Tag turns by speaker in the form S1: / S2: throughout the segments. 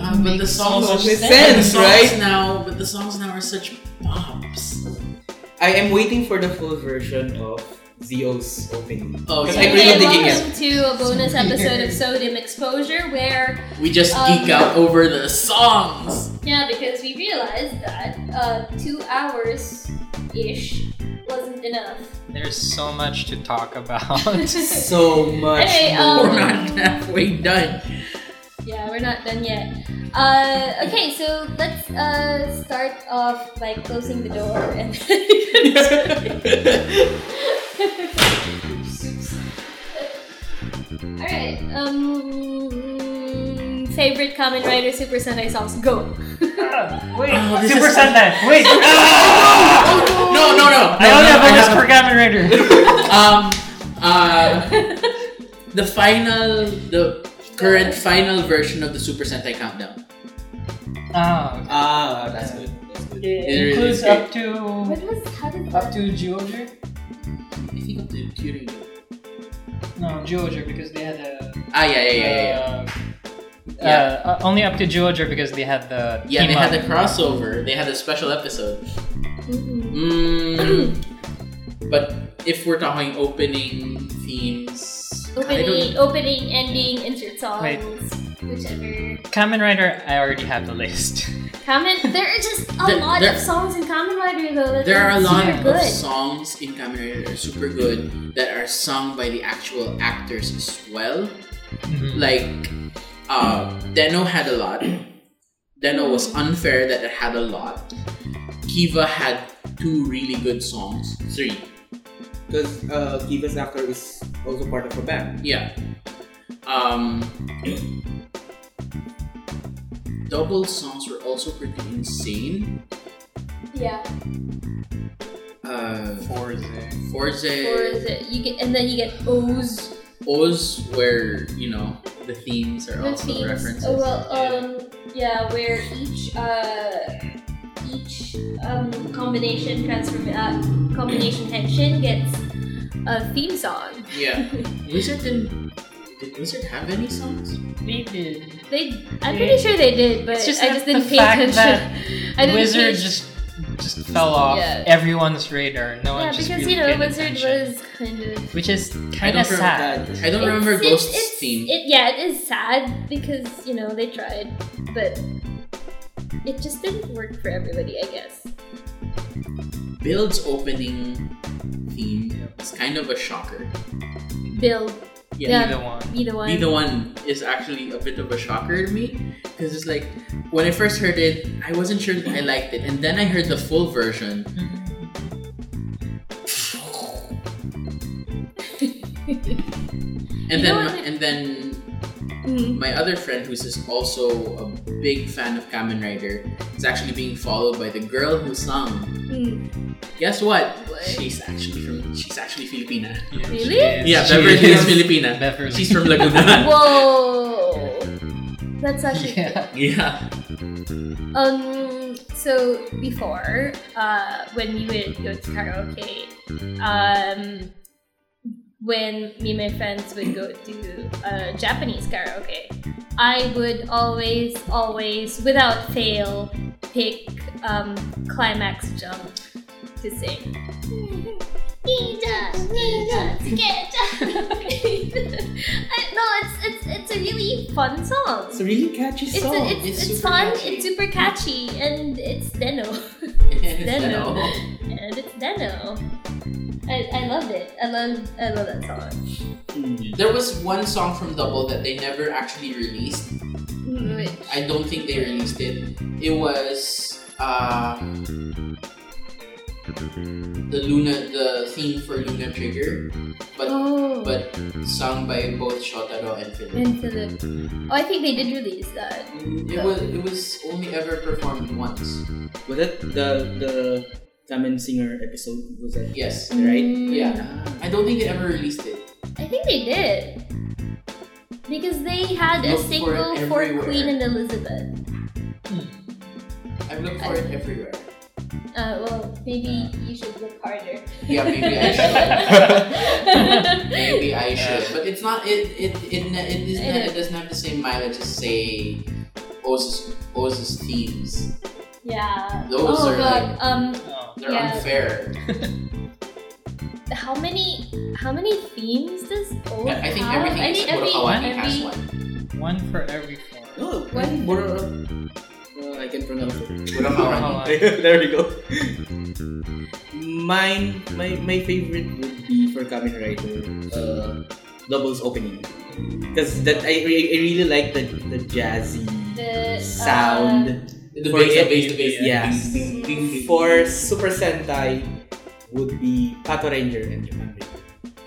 S1: Um, but the songs
S2: so
S1: are
S2: much
S1: but the
S2: sense,
S1: songs
S2: right?
S1: now, but the songs now are such bombs.
S2: I am waiting for the full version of Zio's opening.
S1: Oh,
S2: Because
S1: yeah.
S2: I'm really
S3: Okay,
S2: digging it.
S3: welcome to a bonus episode of Sodium Exposure, where
S1: We just
S3: Um,
S1: geek out over the songs.
S3: Yeah, because we realized that uh, two hours ish wasn't enough.
S4: There's so much to talk about.
S2: So much.
S3: Anyway,
S2: more.
S1: We're
S3: um,
S1: not halfway done.
S3: yeah, we're not done yet. Uh, okay, so let's uh, start off by closing the door and. Alright, um. Favorite Kamen Rider Super Sentai songs? Go!
S5: Wait,
S1: Oh, this
S5: Super
S1: is-
S5: Sentai. Wait,
S3: Oh,
S1: No, no, no. no
S5: I only
S1: no,
S5: have
S1: I
S5: a list
S1: have-
S5: for Kamen Rider.
S1: um, uh, the final, the current final version of the Super Sentai Countdown.
S5: Ah,
S2: Ah, that's good. That's good.
S5: it
S1: really
S5: includes
S1: is good.
S5: up to
S3: What was. How did
S5: up
S3: that.
S5: to Georgia.
S1: I think I'm doing Kyurem.
S5: No, Georgia because they had a.
S1: Ah, yeah, yeah, yeah, yeah.
S5: Uh, uh, only up to Georgia because they had the
S1: Yeah,
S5: team
S1: they
S5: up.
S1: had the crossover. They had a special episode.
S3: Mhm.
S1: Mm, but if we're talking opening themes, I don't,
S3: Opening, opening, ending, insert songs,
S5: Wait.
S3: whichever.
S5: Kamen Rider, I already have the list.
S3: Kamen, there are just a
S1: There-
S3: lot
S1: there-
S3: of songs in Kamen Rider though. That
S1: there are a lot
S3: super
S1: of
S3: good.
S1: songs in Kamen Rider that are super good that are sung by the actual actors as well. Like, uh, Deno had a lot. Deno was unfair that it had a lot. Kiva had two really good songs. Three.
S2: Because uh, Kiva's actor is also part of a band.
S1: Yeah. Um, double songs were also pretty insane.
S3: Yeah,
S1: Uh,
S4: Forza.
S3: or
S1: Forze,
S3: is it you get and then you get O's
S1: Oz, where you know the themes are
S3: the
S1: also
S3: themes.
S1: references.
S3: Oh well, um, yeah, where each uh each um combination transform uh, combination henshin gets a theme song.
S1: yeah. Wizard didn't. Did Wizard have any songs?
S5: They did.
S3: They, I'm pretty sure they did, but
S5: It's just
S3: I
S5: that
S3: just
S5: the
S3: didn't pay
S5: fact
S3: attention. I didn't pay
S5: Wizard just just fell off
S3: Yeah.
S5: everyone's radar. No
S3: yeah,
S5: one just
S3: because
S5: really
S3: you know,
S5: paid
S3: Wizard
S5: attention.
S3: was kind of.
S5: which is
S1: I
S5: kind
S1: don't
S5: of
S1: remember
S5: sad.
S2: That-
S1: I don't remember
S3: It's-
S1: Ghost's
S3: it's-
S1: theme.
S3: It, yeah, it is sad because you know they tried, but it just didn't work for everybody, I guess.
S1: Build's opening theme is kind of a shocker.
S3: Bill, Yeah.
S5: Either one.
S3: be the one.
S1: Be the One is actually a bit of a shocker to me because it's like when I first heard it, I wasn't sure I liked it, and then I heard the full version.
S3: Mm-hmm.
S1: and
S3: You
S1: then
S3: know
S1: my,
S3: what?
S1: and then
S3: Mhm.
S1: my other friend who's is also a big fan of Kamen Rider is actually being followed by the girl who sung.
S3: Mhm.
S1: Guess what?
S3: What?
S1: She's actually from she's actually Filipina.
S3: Really?
S1: Yeah,
S5: She
S1: Beverly is
S5: is.
S1: Filipina.
S5: Beverly.
S1: She's from Laguna.
S3: Whoa, that's actually
S5: yeah.
S1: yeah.
S3: Um, so before, uh, when we would go to karaoke, um, when me and my friends would go to uh, Japanese karaoke, I would always, always, without fail, pick um, Climax Jump to sing. Ninja, ninja, sketch. I- no, it's it's it's a really fun song.
S2: It's a really catchy
S3: It's,
S2: song.
S3: it's, it's,
S1: It's super
S3: fun,
S1: catchy.
S3: it's super catchy, and it's Deno. Deno. and it's Deno. I, I love it. I love I love that song.
S1: There was one song from Double that they never actually released.
S3: Wait,
S1: I don't think they released it. It was um, the Luna, the theme for Luna Trigger, but
S3: Oh.
S1: but sung by both Shotaro and Philip.
S3: and Philip. Oh, I think they did release that.
S1: It was it was only ever performed once.
S2: Was that the the Kamen Singer episode? Was that Ah.
S1: Yes.
S2: right?
S3: Mm,
S1: Yeah. I don't think they ever released it.
S3: I think they did. Because they had a
S1: Look for it
S3: single for,
S1: everywhere.
S3: Queen and Elizabeth.
S1: I've looked for it everywhere.
S3: Uh, well, maybe you should look harder.
S1: Yeah, maybe I should. Maybe I
S5: Yeah.
S1: should, but it's not. It it it ne- it, is
S3: It
S1: not,
S3: is.
S1: it doesn't have the same mileage as say Oz's, Oz's themes.
S3: Yeah.
S1: Those are
S3: oh god. Um,
S5: Oh.
S1: They're
S3: Yeah.
S1: unfair.
S3: how many how many themes does Old
S1: I I think
S3: have?
S1: everything
S3: I
S1: is
S3: think
S1: Kuro
S3: every,
S1: Kawani has
S3: every-
S1: one.
S5: One for every four.
S2: No,
S3: What?
S2: what? Uh, I can pronounce it.
S1: Kuro Kawani.
S2: there we go. Mine, my, my favorite would be for Kamen Rider, uh, doubles opening, because that I, re- I really like the the jazzy
S3: the uh,
S2: sound.
S1: The
S2: For
S1: bass, the
S2: the-
S1: bass, the bass.
S2: yeah.
S1: Ding, ding, ding, ding.
S2: For Super Sentai, would be Pato Ranger and Japan Ranger.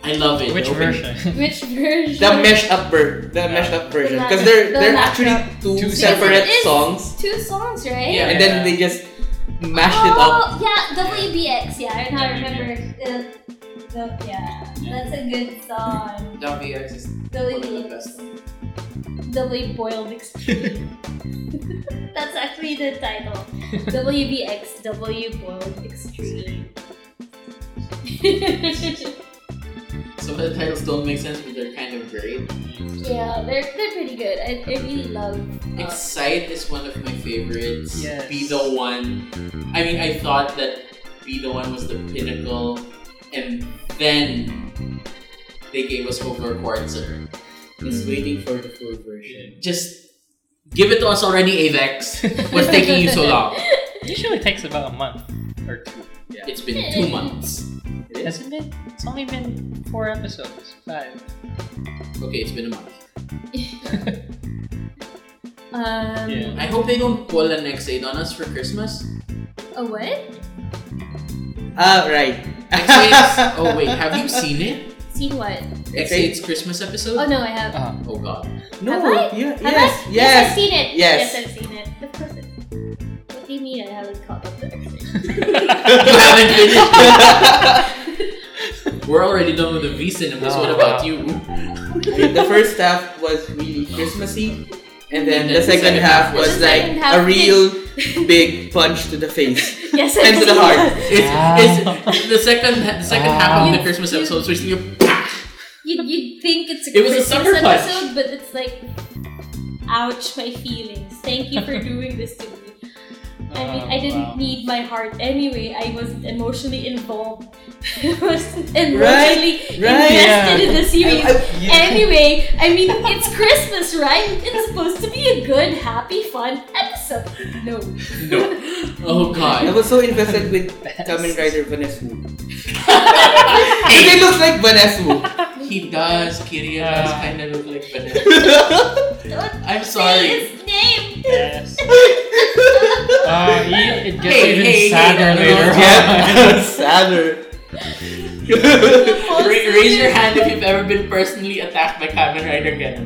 S1: I love it.
S5: Which
S1: The opening-
S5: version?
S3: which version?
S2: The meshed up ver- the meshed up version, because
S3: The
S2: they're
S3: la-
S2: they're
S3: the
S2: actually two,
S5: Two
S2: separate
S3: separate- It is.
S2: songs,
S3: two songs, right?
S1: Yeah.
S2: and then they just mashed
S3: oh,
S2: it up.
S3: yeah, WBX. Yeah, I now remember. The, the, yeah, that's a good song.
S1: WX is one of the
S3: WBX.
S1: best.
S3: W boiled extreme. that's actually the title. WBX. W boiled extreme.
S1: Some of the titles don't make sense, but they're kind of great.
S3: yeah, they're they're pretty good. I, I really love. uh,
S1: Excite is one of my favorites.
S5: Yes.
S1: Be the one. I mean, I thought that Be the One was the pinnacle, and then they gave us Over Quartzer.
S2: Just waiting for the full version.
S1: Just give it to us already, Avex. What's taking you so long?
S5: Usually takes about a month or two.
S1: It's been two months.
S5: Has it been? It's only been four episodes. Five.
S1: Okay, it's been a month.
S3: Um,
S5: Yeah.
S1: I hope they don't pull an X8 on us for Christmas.
S3: A what?
S2: Ah, right.
S1: X8's, oh wait, have you seen it?
S3: Seen what?
S1: X8's Christmas episode?
S3: Oh no, I have.
S5: Uh,
S1: Oh god.
S2: No,
S3: Have I?
S2: yeah,
S3: Have
S2: yes,
S3: I?
S2: yes.
S3: I've seen it.
S2: Yes.
S3: I've seen it. Of course. I- What do you mean I haven't caught up to X-Men?
S1: You haven't finished it. We're already done with the V cinemas. What about you?
S2: the first half was really Christmassy, and then the second half was
S3: The
S2: like
S3: second half
S2: a real big punch to the face
S3: yes, I've
S2: and to
S3: seen
S2: the
S3: that.
S2: heart.
S1: It's, it's the second the second half of the
S3: Ah.
S1: Christmas
S3: You-
S1: episode. So it's like,
S3: You you think it's a
S1: It was a
S3: Christmas
S1: sucker punch.
S3: episode, but it's like, ouch, my feelings. Thank you for doing this to me. I mean, I
S1: Um,
S3: didn't
S5: wow.
S3: need my heart anyway. I wasn't emotionally involved. I wasn't emotionally
S2: Right?
S3: invested in the series.
S2: I- I-
S3: Anyway, I mean, it's Christmas, right? It's supposed to be a good, happy, fun episode. No.
S1: no. Oh
S2: I
S1: god.
S2: was so invested with
S5: Best.
S2: Kamen Rider Vanessa Wu. It looks like Vanessa Wu.
S1: He does. Kiria does
S5: Ah.
S1: kind of look like Vanessa.
S3: Don't
S1: I'm
S3: say
S1: sorry.
S3: his name.
S5: Yes. Uh, he- it gets
S1: Hey,
S5: even
S1: hey, hey,
S5: sadder
S1: no,
S5: later
S1: no,
S5: on.
S2: yeah, sadder.
S1: Ra- raise your hand if you've ever been personally attacked by Kamen Rider Ken.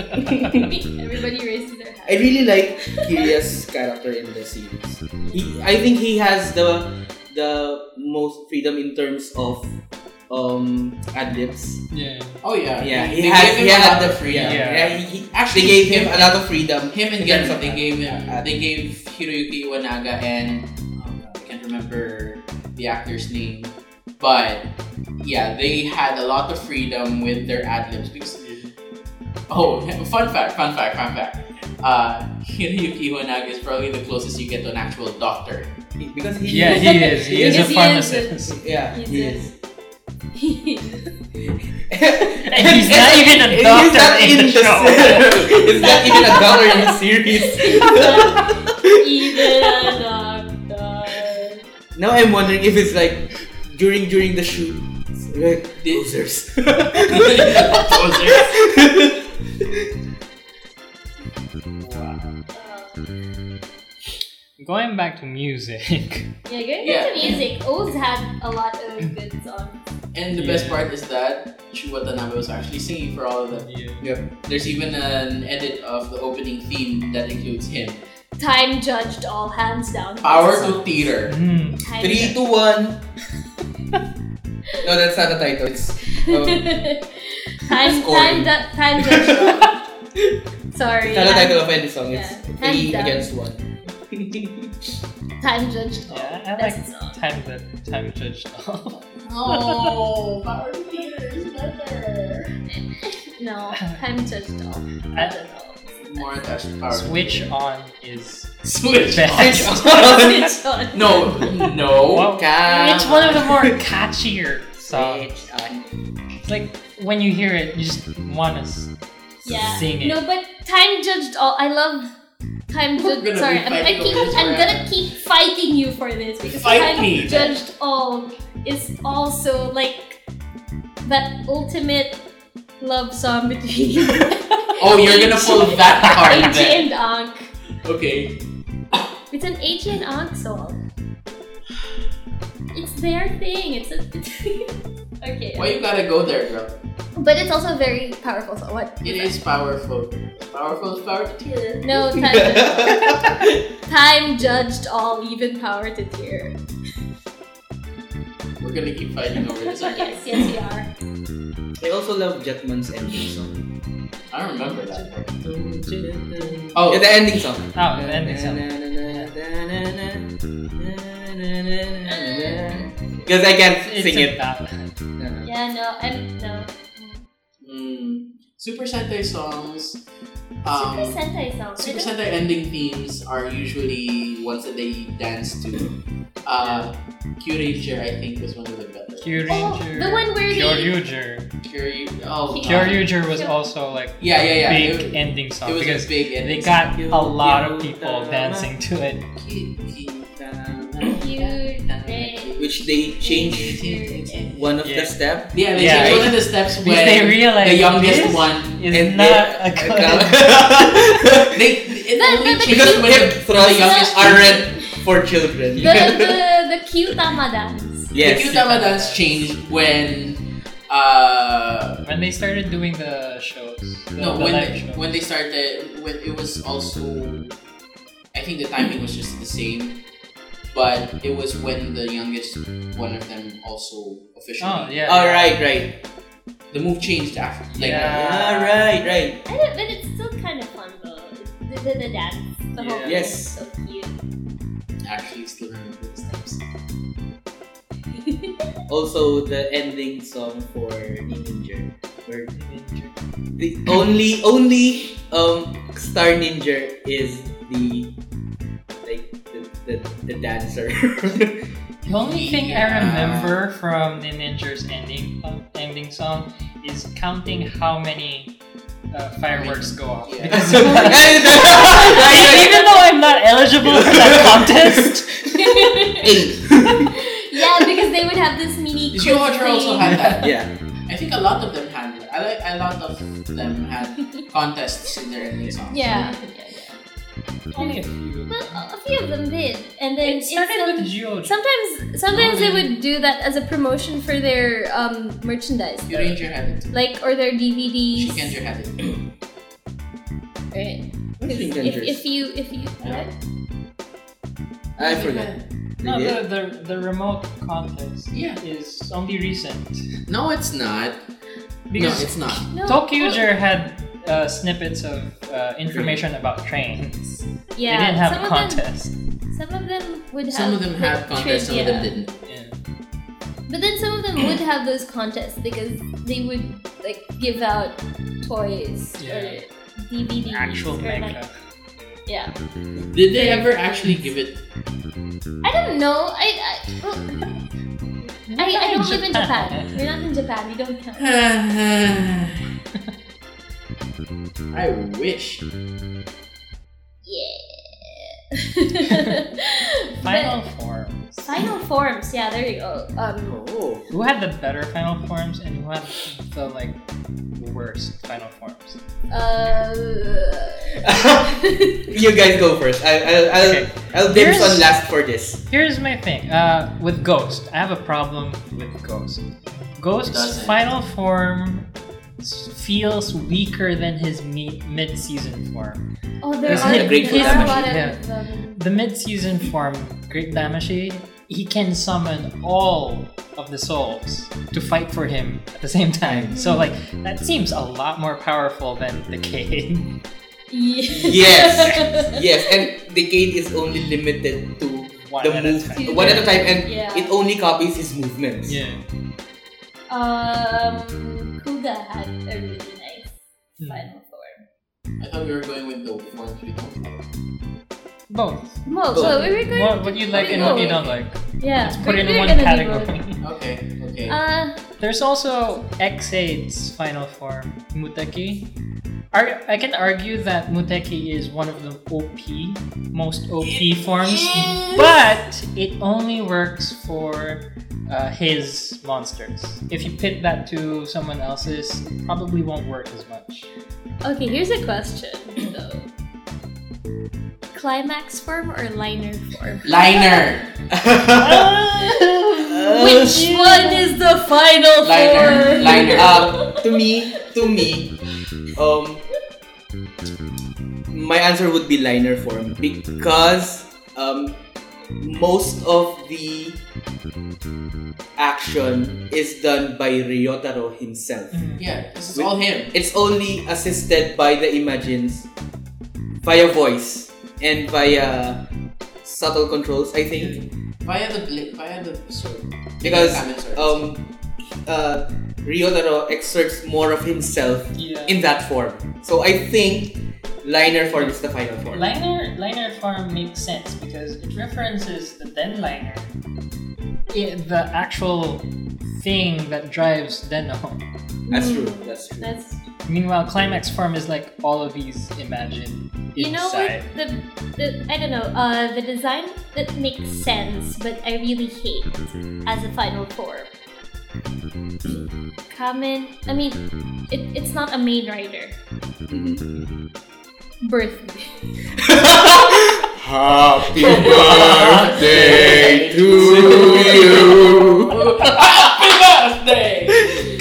S3: Everybody raises their
S2: I
S3: hand.
S2: really like Kiria's character in the series. He, I think he has the the most freedom in terms of um ad libs.
S5: yeah.
S1: Oh yeah.
S2: Yeah,
S1: They-
S2: he
S1: they
S2: has
S1: gave him
S2: he
S1: a
S2: had
S1: lot
S2: the
S1: of
S2: freedom.
S1: freedom.
S5: Yeah.
S2: he, he,
S1: Actually,
S2: they gave him a
S1: him,
S2: lot of freedom.
S1: him and
S2: Yeah.
S1: Genzo. They gave him. They gave Hiroyuki Iwanaga and um, I can't remember the actor's name, but yeah, they had a lot of freedom with their ad libs because Oh, fun fact, fun fact, fun fact. Uh, Hiroyuki Iwanaga is probably the closest you get to an actual doctor.
S2: Because he
S5: Yeah, he is. He is
S3: Because he is
S5: a
S3: a-
S5: pharmacist.
S2: yeah,
S3: He's
S2: he
S3: a-
S2: is.
S5: And he's not even a
S2: He's
S5: doctor
S2: not
S5: in
S2: in
S5: the show.
S2: se- he's not even a doctor in the series.
S3: Even a doctor.
S2: Now I'm wondering if it's like during during the shoot. it's Like, losers.
S3: uh,
S5: Going back to music.
S3: Yeah, going
S1: Yeah.
S3: back to music, O's had a lot of good songs.
S1: and the best
S5: Yeah.
S1: part is that Chu Watanabe was actually singing for all of them. There's even an edit of the opening theme that includes him.
S3: Time judged all hands down.
S1: Power to theater.
S5: Hmm.
S3: Time
S2: Three, two, one. no, that's not the title. It's
S3: time, time,
S2: Scoring.
S3: du- time judged all. Sorry.
S2: it's not the
S3: I'm-
S2: title of any song. It's
S3: Yeah.
S2: three
S3: And, um,
S2: against one.
S3: Time judged all.
S5: Yeah, I
S3: That's
S5: like
S3: the song.
S5: time that time judged all.
S1: Oh, power to theater is better.
S3: No, time judged all.
S5: I-
S3: Judged all.
S1: more attached to power.
S5: Switch on is
S1: Switch.
S5: best.
S3: Switch on.
S1: No, no.
S5: Wow. It's one of the more catchier songs.
S2: Switch on.
S5: It's like when you hear it, you just want to s-
S3: Yeah.
S5: sing it.
S3: No, but time judged all. I love time
S1: We're gonna
S3: judged. Sorry,
S1: be
S3: I'm, I
S1: fighting
S3: keep,
S1: over this
S3: I'm
S1: forever.
S3: gonna keep fighting you for this because
S1: Fight
S3: time
S1: me.
S3: judged all is also like that ultimate love song between.
S1: Oh, you're gonna pull that card
S3: Aichi
S1: then.
S3: and Ankh.
S1: Okay.
S3: It's an Aichi and Ankh song. It's their thing. It's a. okay.
S1: Why you gotta go there, girl?
S3: But it's also a very powerful song. What?
S1: It is powerful. Powerful is power to tear.
S3: No time. judged all. Time judged all, even power to tear.
S1: We're gonna keep fighting over this. aren't we?
S3: yes, yes, we are.
S2: I also love Jetman's ending song.
S1: I don't remember that. part.
S2: Oh,
S1: Oh,
S2: the ending song.
S5: Oh, the ending song.
S2: Because I can't
S5: It's
S2: sing it.
S5: about-
S3: Yeah, no, I'm no.
S1: mm, Super Sentai songs.
S3: Super
S1: Um,
S3: Sentai song.
S1: Super Sentai ending themes are usually ones that they dance to. Uh, Kyurager, I think, was one of the better.
S5: Kyurager.
S3: Oh, the one where they.
S5: Kyoryuger.
S1: Kyurager. Oh, God.
S5: Kyoryuger was
S3: Kyo-
S5: also like
S1: Yeah, yeah, yeah. It,
S5: big ending song
S1: it was
S5: because
S1: a big ending.
S5: they got
S2: song.
S5: a lot of
S2: Kyoryuger.
S5: people dancing to it.
S2: Which they changed one of the
S5: Yeah.
S2: step.
S1: Yeah, they
S5: Yeah,
S1: changed
S5: right?
S1: one of the steps
S5: Because they
S1: when
S5: realized
S1: the youngest
S5: this
S1: one.
S5: is
S2: and they-
S5: not a good.
S2: because
S1: They it
S3: But-
S1: only
S3: but- but
S1: changed when
S2: hip
S1: the, the
S2: thrusts
S1: youngest
S2: aren't for children.
S3: The the the Kyutama dance.
S1: The
S2: yes.
S1: Kyutama dance changed when uh
S5: When they started doing the shows, the,
S1: no
S5: the
S1: when
S5: live
S1: they,
S5: show.
S1: when they started when it was also I think the timing was just the same but it was when the youngest one of them also officially
S5: oh yeah.
S2: All right, right.
S1: the move changed after like
S5: Yeah.
S2: All right, right.
S3: I don't, but it's still kind of fun though. The, the, the dance, the whole thing
S5: Yeah.
S2: Yes.
S3: is so cute.
S1: actually still remember the steps
S2: Also, the ending song for Ninja, where the only only um Star Ninja is the like the the, the dancer.
S5: The only thing
S1: Yeah.
S5: I remember from the Ninja's ending uh, ending song is counting how many uh, fireworks go off.
S1: Yeah.
S5: Because-
S2: Right, right.
S5: even though I'm not eligible for that contest,
S3: yeah, because they would have this mini.
S1: Did you watch her also had that
S2: yeah,
S1: I think a lot of them had I like a lot of them had contests in their ending songs
S3: Yeah. yeah, yeah.
S5: only a few.
S3: But a few of them did, and then
S5: It
S3: it's
S5: started
S3: still-
S5: with Geo.
S3: Sometimes, sometimes they would do that as a promotion for their um, merchandise,
S1: you ranger had it too.
S3: like or their DVDs.
S1: She Ranger had it
S3: Right.
S2: Who's
S3: If,
S2: Dangerous?
S3: if you, if you,
S1: Yeah.
S2: I forgot.
S5: No,
S2: They did?
S5: the, the the remote contest
S1: Yeah.
S5: is only recent
S1: No, it's not.
S5: because
S1: no, it's not.
S3: no,
S5: Tokyoger had uh, snippets of uh, information about trains.
S3: yeah,
S5: they didn't have
S3: some
S5: a contest.
S3: Of them, some of them would have.
S1: Some of them
S3: like,
S1: have contests, some of them didn't.
S3: trivia.
S5: Yeah.
S3: But then some of them would have those contests because they would like give out toys
S5: Yeah.
S3: or DVDs.
S5: Actual
S3: or like-
S5: manga.
S3: yeah,
S1: Did they ever actually give it?
S3: I don't know. I I, well, I, I don't live in Japan. We're not in Japan. We don't count.
S1: I wish.
S3: Yeah.
S5: Final forms.
S3: But final forms. Yeah, there you go. Um,
S2: Oh,
S5: Who had the better final forms and who had the like worst final forms?
S3: uh,
S2: you guys go first. I, I'll I'll,
S5: Okay.
S2: I'll dibs
S5: Here's-
S2: on last for this.
S5: Here's my thing. Uh, with Ghost, I have a problem with Ghost. Ghost's
S1: Doesn't.
S5: final form s- feels weaker than his me- mid-season form.
S3: oh, there
S5: Isn't
S3: are,
S5: it great
S3: there are a lot of
S5: collaboration?
S3: um,
S5: The mid-season form, Great Damashi, he can summon all of the souls to fight for him at the same time. So like that seems a lot more powerful than the K.
S3: Yes.
S2: Yes, and the gate is only limited to
S5: One
S2: the
S5: at a
S2: move
S5: time.
S3: time.
S2: one at a time, and
S3: Yeah.
S2: it only copies his movements.
S5: Yeah. Hmm.
S3: um, Kuga had a really nice final form.
S1: I thought we were going with the ones we don't like.
S5: Both.
S3: Well,
S2: Both.
S3: well, we were going.
S5: What, what you like and what you don't like.
S3: Yeah,
S5: Let's
S3: we
S5: put it in
S3: were
S5: one
S3: gonna do
S5: category.
S1: Okay, okay.
S3: both. Uh,
S5: There's also X8's final form, Muteki. Ar- I can argue that Muteki is one of the OP, most OP forms,
S1: is.
S5: but it only works for uh, his monsters. If you pit that to someone else's, it probably won't work as much.
S3: okay, here's a question though. Climax form or liner form?
S1: Liner.
S3: Which one is the final
S1: Liner,
S3: form?
S1: liner.
S2: Uh, to me, to me, um, my answer would be liner form because um, most of the action is done by Ryotaro himself.
S1: yeah, this is all him.
S2: It's only assisted by the Imagines via voice and via subtle controls, I think.
S1: Via the bla- via the sword.
S2: Because,
S1: Via the sword.
S2: Um, uh, Ryotaro exerts more of himself
S5: Yeah.
S2: in that form. So I think liner form is the final form.
S5: Liner liner form makes sense because it references the den liner. It, the actual thing that drives Deno.
S2: That's
S3: Hmm.
S2: true. That's true.
S3: That's
S5: Meanwhile, climax form is like all of these imagine
S3: you know
S5: inside.
S3: what the, the I don't know uh the design that makes sense, but I really hate as a final form. Common. I mean, it, it's not a main rider.
S2: Mm-hmm.
S3: Birthday.
S6: Happy birthday to you.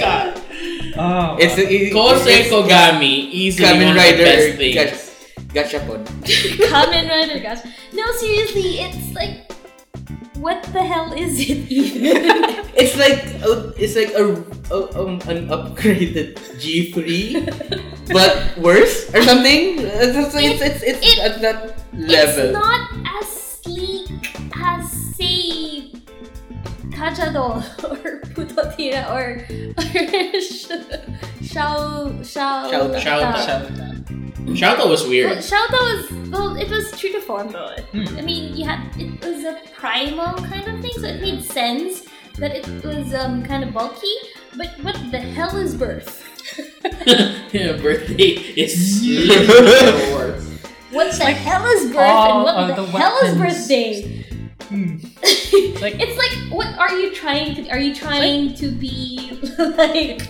S5: oh,
S2: It's it,
S1: Kosei
S2: it's-
S1: Kogami easily
S2: Kamen
S1: one of the best
S2: Rider
S1: things.
S2: gach- Gachapon.
S3: Common rider, gosh. No, seriously, it's like, what the hell is it even?
S2: It's like uh, it's like a, a um, an upgraded G three, but worse or something. It's it's it's, it's, it's
S3: It-
S2: at that
S3: It's
S2: level.
S3: not as sleek as say Kachado or Putotira or, or Sh- Shao Shao
S2: Shao-
S1: Shao-
S3: Shao.
S5: Shut up.
S1: Shouta was
S3: Well,
S1: weird.
S3: Shaota was well, it was true to form though.
S5: Hmm.
S3: I mean, you had it was a primal kind of thing, so it made sense that it was um, kind of bulky. But what the hell is birth?
S1: yeah, birthday is the worst.
S3: What the hell is birth? And
S5: all
S3: what
S5: of
S3: the,
S5: the
S3: hell is
S5: weapons.
S3: birthday?
S5: Hmm. Like-
S3: it's like what are you trying to are you trying to be like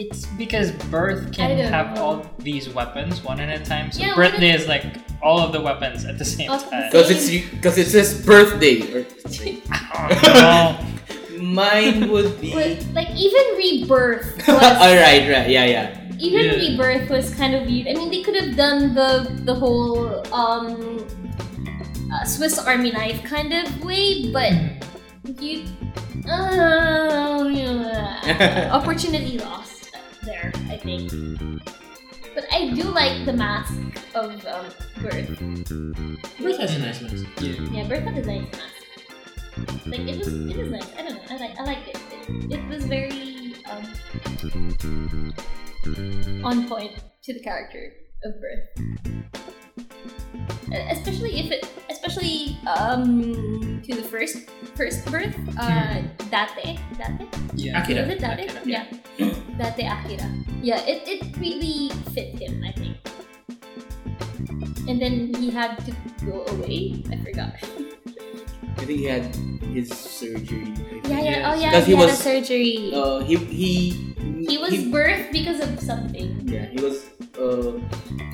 S5: It's because birth
S3: I
S5: can
S3: don't
S5: have
S3: know.
S5: all these weapons one at a time. So
S3: Yeah, one
S5: birthday is like all of the weapons at the same
S3: All at the same-
S5: time.
S2: Because it's because it says birthday. Or
S5: Oh,
S2: mine would be.
S3: what- like even rebirth
S2: All
S3: was,
S2: right, right, yeah, yeah.
S3: even
S5: Yeah.
S3: rebirth was kind of weird. I mean they could have done the the whole um uh, Swiss Army knife kind of way, but you uh, yeah. opportunity lost there, I think. But I do like the mask of um, birth.
S1: Birth has a nice mask.
S3: Yeah, Bertha is nice mask. Like it was, it was nice. I don't know. I like, I liked it. It, it was very um, on point to the character of Birth. E- Especially if it, especially um, to the first first Birth, uh, Date, Date.
S5: yeah.
S1: Akira.
S3: Is it Date?
S5: Akira,
S3: Yeah. Date Akira. Yeah, it, it really fit him, I think. And then he had to go away. I forgot.
S2: I think he had his surgery.
S3: Yeah, yeah. Oh, yeah.
S2: Because
S3: He,
S2: he
S3: had a
S2: was-
S3: surgery.
S2: Uh, he he
S3: he was birthed because of something.
S2: yeah he was uh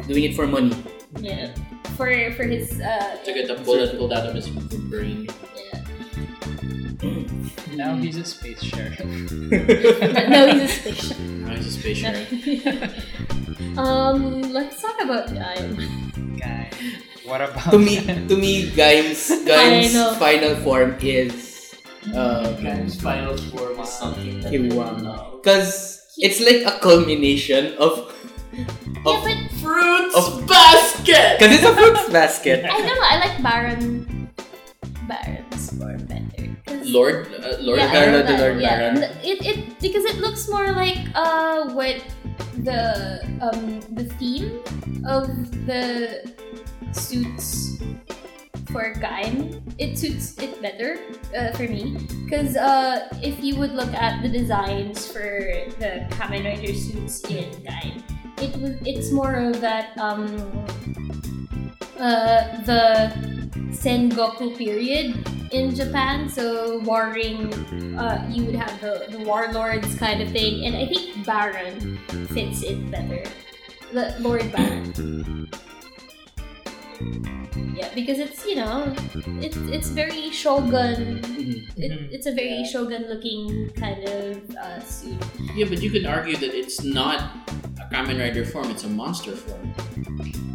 S2: doing it for money.
S3: Yeah. For for his uh.
S1: To get the bullet pulled out of his brain.
S3: yeah.
S5: Now he's a space sheriff.
S3: But no, he's a space
S1: Now he's a space sheriff.
S3: shuttle. um, let's talk about time.
S5: Guy. What about
S2: To me, to me, Gaim's Gaim's
S3: know. Mm-hmm.
S2: final form is uh
S4: Game's final form is something that
S2: Kiwana because it's like a culmination of
S3: Yeah,
S2: of
S3: but
S1: Fruits
S2: Of-
S1: basket!
S2: because it's a fruits basket.
S3: I don't know. I like Baron. Baron's form better. 'Cause-
S1: Lord, uh, Lord
S3: yeah,
S2: Baron, the
S3: I like-
S2: Lord
S3: yeah.
S2: Baron.
S3: It, it because it looks more like uh what the um the theme of the suits for Gaim, it suits it better uh, for me because uh, if you would look at the designs for the Kamen Rider suits in Gaim, it was it's more of that um uh the Sengoku period in Japan, so warring uh, you would have the, the warlords kind of thing, and I think Baron fits it better. The Lord Baron. Yeah, because it's you know, it's it's very shogun.
S2: Mm-hmm.
S3: It,
S5: Mm-hmm.
S3: it's a very shogun looking kind of uh, suit.
S1: Yeah, but you could argue that it's not a Kamen Rider form; it's a monster form.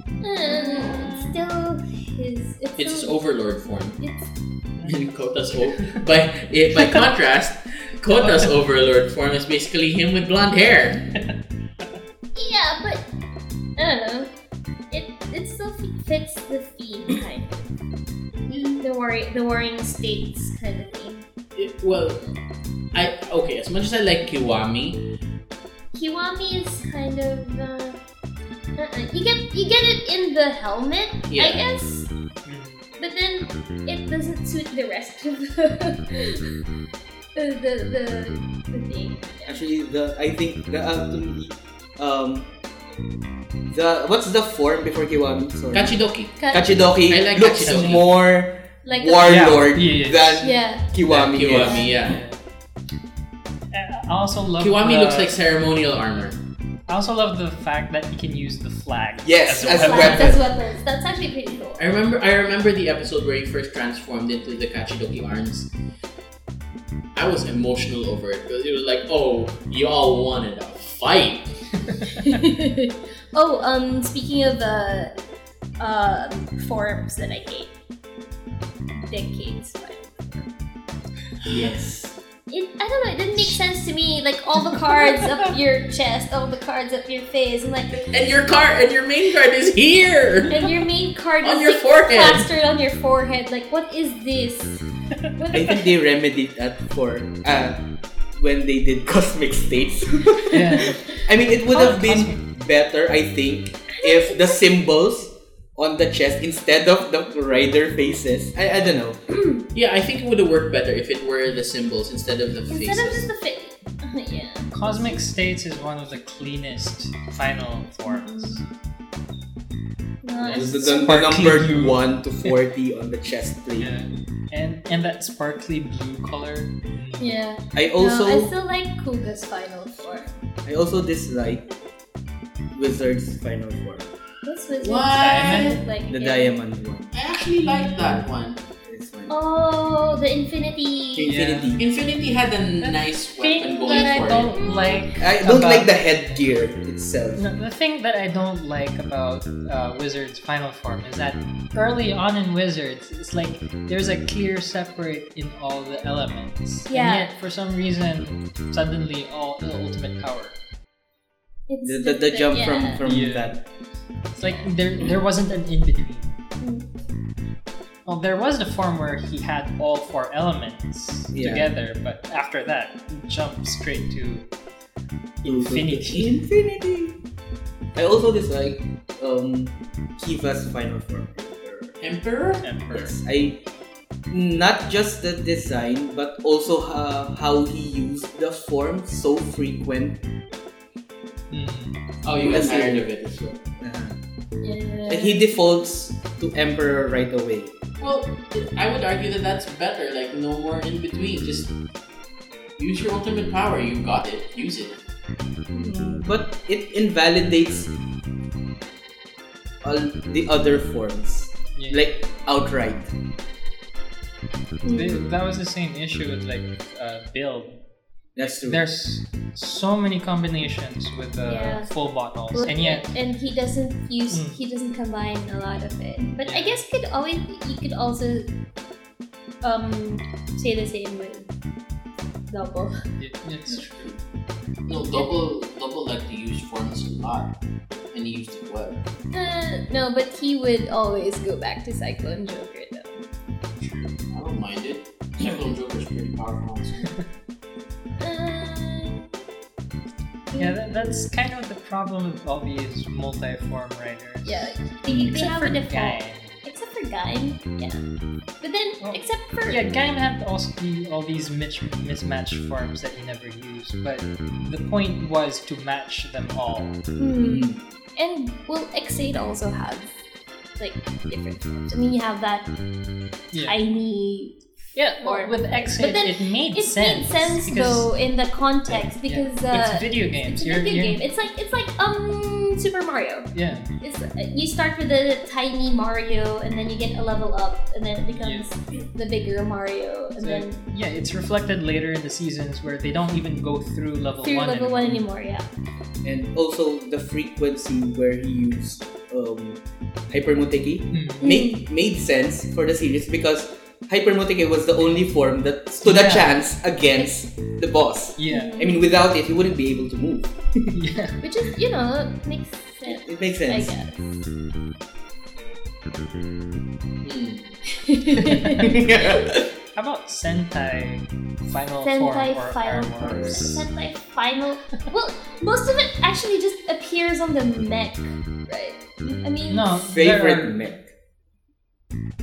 S3: Mm, still, his it's,
S1: It's his
S3: still-
S1: overlord form.
S3: It's
S1: And Kota's o- by it, by contrast, Kota's overlord form is basically him with blonde hair.
S3: Yeah, but I don't know. It it still f- fits the theme kind of. The war the warring states kind of thing.
S1: It- Eh, well, I okay. As much as I like Kiwami,
S3: Kiwami is kind of. Uh, uh-uh. You get you get it in the helmet, I
S1: Yeah.
S3: guess,
S5: Mm-hmm.
S3: but then it doesn't suit the rest of the the the, the, the thing.
S2: Actually, the I think the uh, to me, um the what's the form before Kiwami? Sorry.
S1: Kachidoki.
S3: Cut-
S2: Kachidoki
S1: I like
S2: looks
S1: Kachidoki.
S2: more
S3: like a-
S2: warlord
S5: Yeah, yeah, yeah.
S2: than
S3: yeah.
S2: Kiwami. is.
S1: Kiwami, yeah.
S5: Uh, I also love.
S1: Kiwami
S5: the-
S1: looks like ceremonial armor.
S5: I also love the fact that you can use the flag.
S2: Yes,
S5: as
S2: as
S5: a
S2: a
S5: weapon.
S3: Flags as weapons. That's actually pretty cool.
S1: I remember I remember the episode where he first transformed into the Kachidoki arms. I was emotional over it because it was like, oh, y'all wanted a fight.
S3: oh, um, speaking of uh, uh, forms that I hate, decades.
S2: Yes.
S3: It, I don't know. It didn't make sense to me. Like all the cards up your chest, all the cards up your face, and like,
S1: And your card and your main card is here
S3: and your main card
S1: on
S3: is
S1: your
S3: like,
S1: forehead.
S3: plastered on your forehead. Like, what is this? What
S2: I think they remedied that for uh, when they did Cosmic States.
S5: Yeah.
S2: I mean, it would
S5: Oh,
S2: have been better, I think, if the symbols on the chest instead of the rider faces. I, I don't know.
S1: Yeah, I think it would have worked better if it were the symbols instead of the
S3: instead of just
S1: faces.
S3: the face. yeah.
S5: Cosmic States is one of the cleanest final forms.
S2: The,
S3: No, it's-
S2: the, the number 1 to 40 on the chest plate.
S5: Yeah. And and that sparkly blue color.
S3: yeah.
S2: I
S3: no, I
S2: also
S3: still like Kuga's final form.
S2: I also dislike Wizard's final form.
S3: What's with
S1: What?
S3: Like
S2: The
S3: yeah.
S2: diamond one.
S1: I actually like that one.
S2: It's fine.
S3: Oh, the infinity.
S2: Infinity.
S1: Infinity had a nice weapon
S5: Thing
S1: going
S5: that I
S1: for it.
S5: don't like.
S2: I don't
S5: about-
S2: like the headgear itself.
S5: No, the thing that I don't like about uh, Wizards Final Form is that early on in Wizards, it's like there's a clear separate in all the elements.
S3: Yeah.
S5: And yet, for some reason, suddenly all the ultimate power.
S3: It's
S2: The, the, the jump
S3: yeah.
S2: from, from
S5: Yeah.
S2: that.
S5: It's like there there wasn't an in between.
S3: Mm.
S5: Well, there was the form where he had all four elements
S2: Yeah.
S5: together, but after that, he jumped straight to infinity.
S2: Infinity. I also dislike um Kiva's final form.
S1: Emperor?
S5: Emperor.
S2: I not just the design, but also uh, how he used the form so frequent.
S5: Mm.
S1: Oh, you got
S2: That's
S1: tired
S2: it.
S1: of it as well.
S3: Uh-huh.
S2: Uh,
S3: Yeah.
S2: and he defaults to Emperor right away.
S1: Well, I would argue that that's better. Like, no more in between. Just use your ultimate power. You got it. Use it.
S2: But it invalidates all the other forms.
S5: Yeah.
S2: Like outright.
S5: Th- that was the same issue with like uh, build.
S2: That's true.
S5: There's so many combinations with uh,
S3: Yeah.
S5: full bottles, and yet
S3: and he doesn't use
S5: Mm.
S3: he doesn't combine a lot of it. But I guess could always you could also um say the same with double.
S5: it, it's
S1: No, double, double like to use forms a lot, and he used it well.
S3: Uh, no, but he would always go back to Cyclone Joker though.
S1: I don't mind it. Cyclone Joker's pretty powerful. also.
S3: Uh,
S5: yeah. That, that's kind of the problem with all these multi-form writers.
S3: Yeah, they, they
S5: Except
S3: have
S5: for
S3: a default.
S5: Gaim.
S3: Except for Gaim, yeah. But then,
S5: Well,
S3: except for
S5: Yeah, Gaim had also the, all these mitch- mismatched forms that he never used, but the point was to match them all.
S3: Hmm.
S2: Mm.
S3: and well, Xate also have like different forms. I mean, you have that
S5: Yeah.
S3: tiny.
S5: yeah,
S3: well,
S5: with
S3: with
S5: X,
S3: But
S5: it,
S3: then
S5: it made
S3: It
S5: sense.
S3: made sense
S5: because
S3: though in the context because uh,
S5: it's video games.
S3: it's a
S5: you're,
S3: video
S5: you're-
S3: game. It's like it's like um Super Mario.
S5: Yeah,
S3: It's uh, you start with a tiny Mario and then you get a level up and then it becomes the bigger Mario and
S5: So-
S3: then
S5: yeah, it's reflected later in the seasons where they don't even go through level
S3: through
S5: one.
S3: level one anymore. Yeah.
S2: and also the frequency where he used um, Hypermoteki
S5: Mm.
S2: made made sense for the series because Hypermoteki was the only form that stood a
S5: Yeah.
S2: chance against the boss.
S5: Yeah,
S2: I mean, without it, he wouldn't be able to move.
S5: yeah.
S3: Mm-hmm. Which is you know makes sense.
S2: It makes
S3: I
S2: sense.
S3: guess.
S1: Hmm.
S5: How about Sentai final
S3: Sentai
S5: form or
S3: Final
S5: armor?
S3: Sentai Final. Well, most of it actually just appears on the mech, right? I mean,
S5: No,
S2: Favorite
S5: there
S2: mech.
S5: are-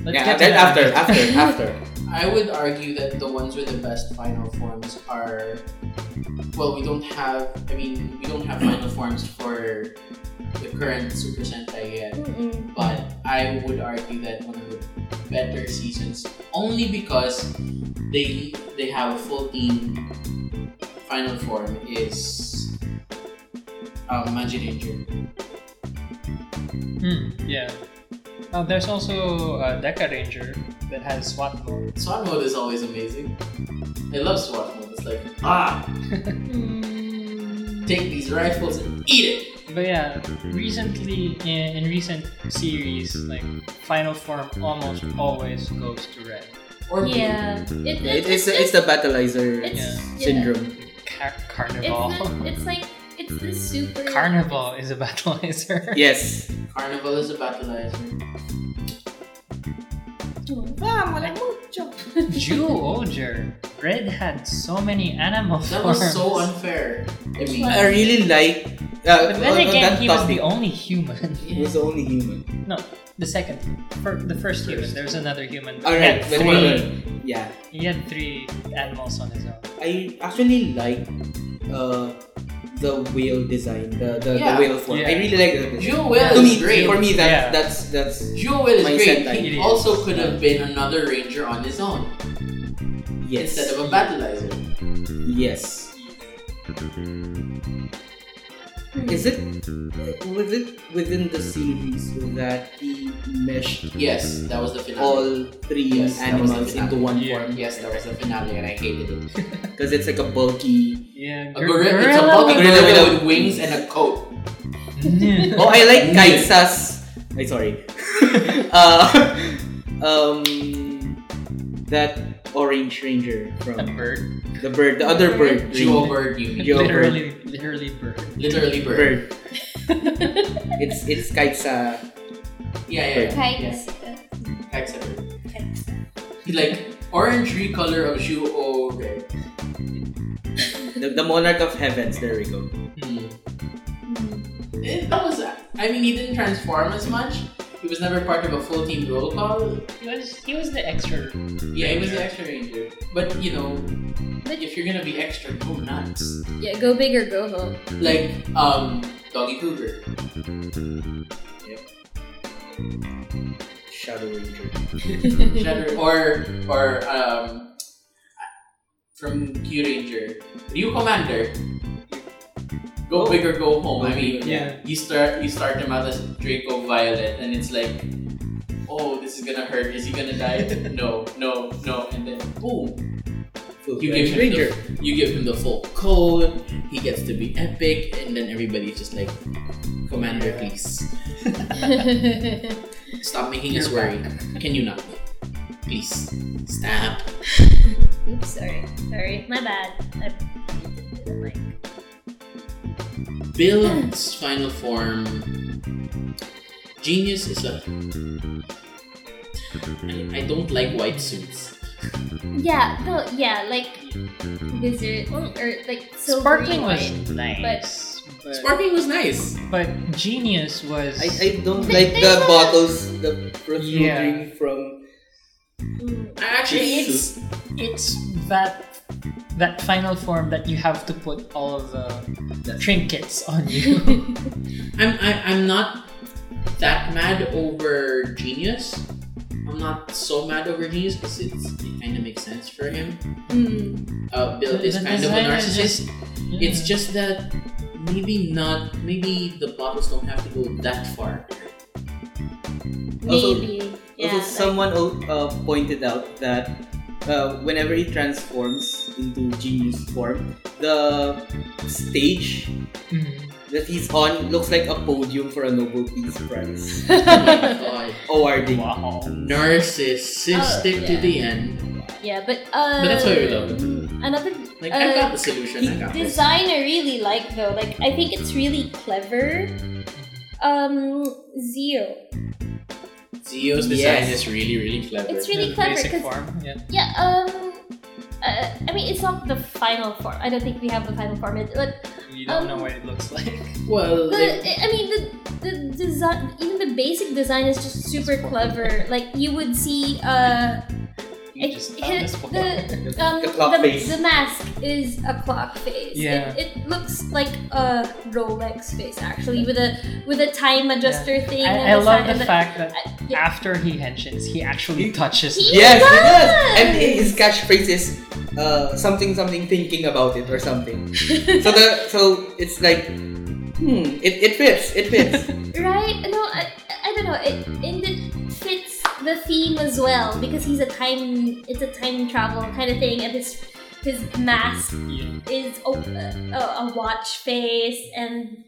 S5: let's
S2: Yeah,
S5: get to
S2: that
S5: that.
S2: after, after, after.
S1: I would argue that the ones with the best final forms are. Well, we don't have. I mean, we don't have final forms for the current Super Sentai yet,
S3: mm-mm.
S1: but I would argue that one of the better seasons, only because they they have a full team. Final form is. Um, Majiranger.
S5: Hmm, yeah. Uh, there's also uh, Deca Ranger that has SWAT mode.
S1: SWAT mode is always amazing. I love SWAT mode. It's like, ah,
S3: Mm.
S1: take these rifles and eat it!
S5: But yeah, recently in, in recent series, like final form almost always goes to red.
S1: Or
S3: yeah,
S2: It-
S3: it, it,
S2: it's, it's the battalizer
S3: it's- yeah.
S2: syndrome.
S5: Car-
S3: It's,
S5: Carnival.
S3: the, it's like it's the super
S5: Carnival is a battleizer.
S2: Yes.
S1: Carnival is a battleizer.
S5: Jew Oger. Red had so many animal
S1: That
S5: forms.
S1: was so unfair. I mean,
S2: I really like. Uh, on-
S5: But
S2: on
S5: then again,
S2: that
S5: he was the
S2: topic,
S5: only human.
S2: he was the only human.
S5: The second, fir- the first human. There's another human.
S2: All
S5: he
S2: right,
S5: had
S2: but
S5: three.
S2: whatever. yeah.
S5: He had three animals on his own.
S2: I actually like uh, the whale design, the the, the
S1: Yeah.
S2: whale form.
S5: Yeah.
S2: I really like that. design.
S1: Jewel
S5: Yeah.
S1: Will
S2: To
S1: is
S2: me,
S1: great.
S2: for me, that
S5: Yeah.
S2: that's that's
S1: Jewel Will
S2: My
S1: is great.
S2: Sentai,
S1: He
S5: it is.
S1: also could have been another ranger on his own
S2: yes,
S1: instead of a battleizer.
S2: yes.
S3: Mm.
S2: Is it was it within the series that he meshed
S1: Yes, that was the finale.
S2: all three
S1: Yes, that was
S2: animals
S1: the
S2: into one
S5: Yeah.
S2: form?
S1: Yes, that was the finale, and I hated it.
S2: Because it's like a bulky.
S5: Yeah,
S1: A gorilla, it's a bulky
S2: with-
S1: gorilla
S2: gorilla
S1: with wings and a coat.
S5: No.
S2: Oh, I like
S1: Yeah.
S2: Kaisa's. I sorry. uh, um, that orange ranger
S5: a
S2: from
S5: bird.
S2: the bird, the other bird,
S1: Jewel bird, you mean?
S2: Jewel bird.
S5: literally, literally bird.
S1: Literally
S2: bird.
S1: bird.
S2: it's it's Kaisa.
S1: Yeah, yeah, yeah.
S3: Kites.
S1: Kaisa bird. Like orange color of Jewel oh, Ogre.
S2: The, the monarch of heavens. There we go.
S1: Eh, That was. I mean, he didn't transform as much. He was never part of a full team roll call.
S5: He was, he was the extra.
S1: Yeah, he was the extra ranger. But you know, if you're gonna be extra, go nuts.
S3: Yeah, go big or go home.
S1: Like um, Doggy Cougar.
S2: Shadow ranger.
S1: Shatter- or or um, from Q Ranger, Ryu Commander. Go big or Oh. go home. I mean,
S5: Yeah.
S1: you start you start him out as Draco Violet, and it's like, oh, this is gonna hurt. Is he gonna die? no, no, no. And then boom,
S2: Full
S1: You
S2: fledged
S1: give him
S2: ranger.
S1: You give him the full code, he gets to be epic, and then everybody's just like, Commander, please. Stop making us
S5: You're
S1: worry. Can you not? Please. Stop.
S3: Oops, sorry, sorry, my bad. I like,
S1: Bill's final form. Genius is a. I, I don't like white suits.
S3: yeah, no, yeah, like wizard or, or like silvery
S5: Sparkling was
S3: white.
S5: nice, but,
S2: But
S1: Sparkling was nice.
S5: But genius was.
S2: I, I don't
S3: They-
S2: like
S3: they
S2: the
S3: have-
S2: bottles, the protruding
S5: Yeah.
S2: from.
S3: Mm.
S1: I actually,
S2: It's-
S1: it's
S5: it's that that final form that you have to put all of the, the trinkets on you.
S3: Mm.
S1: I'm I, I'm not that mad over genius. I'm not so mad over genius because it's it kind of makes sense for him.
S3: Mm.
S1: Uh, Bill is
S5: The
S1: kind of a
S5: designer is just-
S1: narcissist. It's just that maybe not. Maybe the bottles don't have to go that far.
S2: Also-
S3: Maybe. yeah,
S2: also,
S3: like-
S2: someone o- uh, pointed out that uh, whenever he transforms into genius form, the stage
S5: Mm.
S2: that he's on looks like a podium for a Nobel Peace Prize.
S1: Oh my God.
S2: Awarding.
S5: wow.
S1: Narcissistic
S3: Oh,
S1: to
S3: yeah.
S1: the end.
S3: yeah, but uh,
S1: But that's why we love it.
S2: Mm.
S3: Another
S1: Like
S3: Uh,
S1: I got the solution. I
S3: the
S1: got this.
S3: design I really like though. Like I think it's really clever. Um, Zio.
S1: Zio's design
S2: Yes.
S1: is really really clever.
S3: It's really
S5: The
S3: clever
S5: Basic
S3: 'cause-
S5: form. Yeah.
S3: Yeah, um, uh, I mean, it's not the final form. I don't think we have the final form, yet, but
S5: You
S3: Um,
S5: don't know what it looks like.
S1: well.
S3: the,
S1: they-
S3: I mean, the, the design, even the basic design is just super
S5: It's form.
S3: clever. Like, you would see, uh,
S5: You
S3: it-
S5: just
S3: it-
S5: found this form.
S3: the-
S2: The,
S3: um,
S2: the clock face.
S3: the mask is a clock face.
S5: Yeah.
S3: It, it looks like a Rolex face, actually, with a with a time adjuster thing. and
S5: I, I
S3: the
S5: love
S3: si- and
S5: the fact that
S3: I- yeah.
S5: after he henshins, he
S2: He-
S5: actually touches.
S3: he-
S2: Yes, he does! And
S3: does!
S2: his catchphrase is uh, something, something, thinking about it or something. so the so it's like, hmm, it, it fits, it fits.
S3: Right? No, I, I don't know. It, and it fits the theme as well because he's a time. It's a time travel kind of thing, and his his mask is a, a, a watch face, and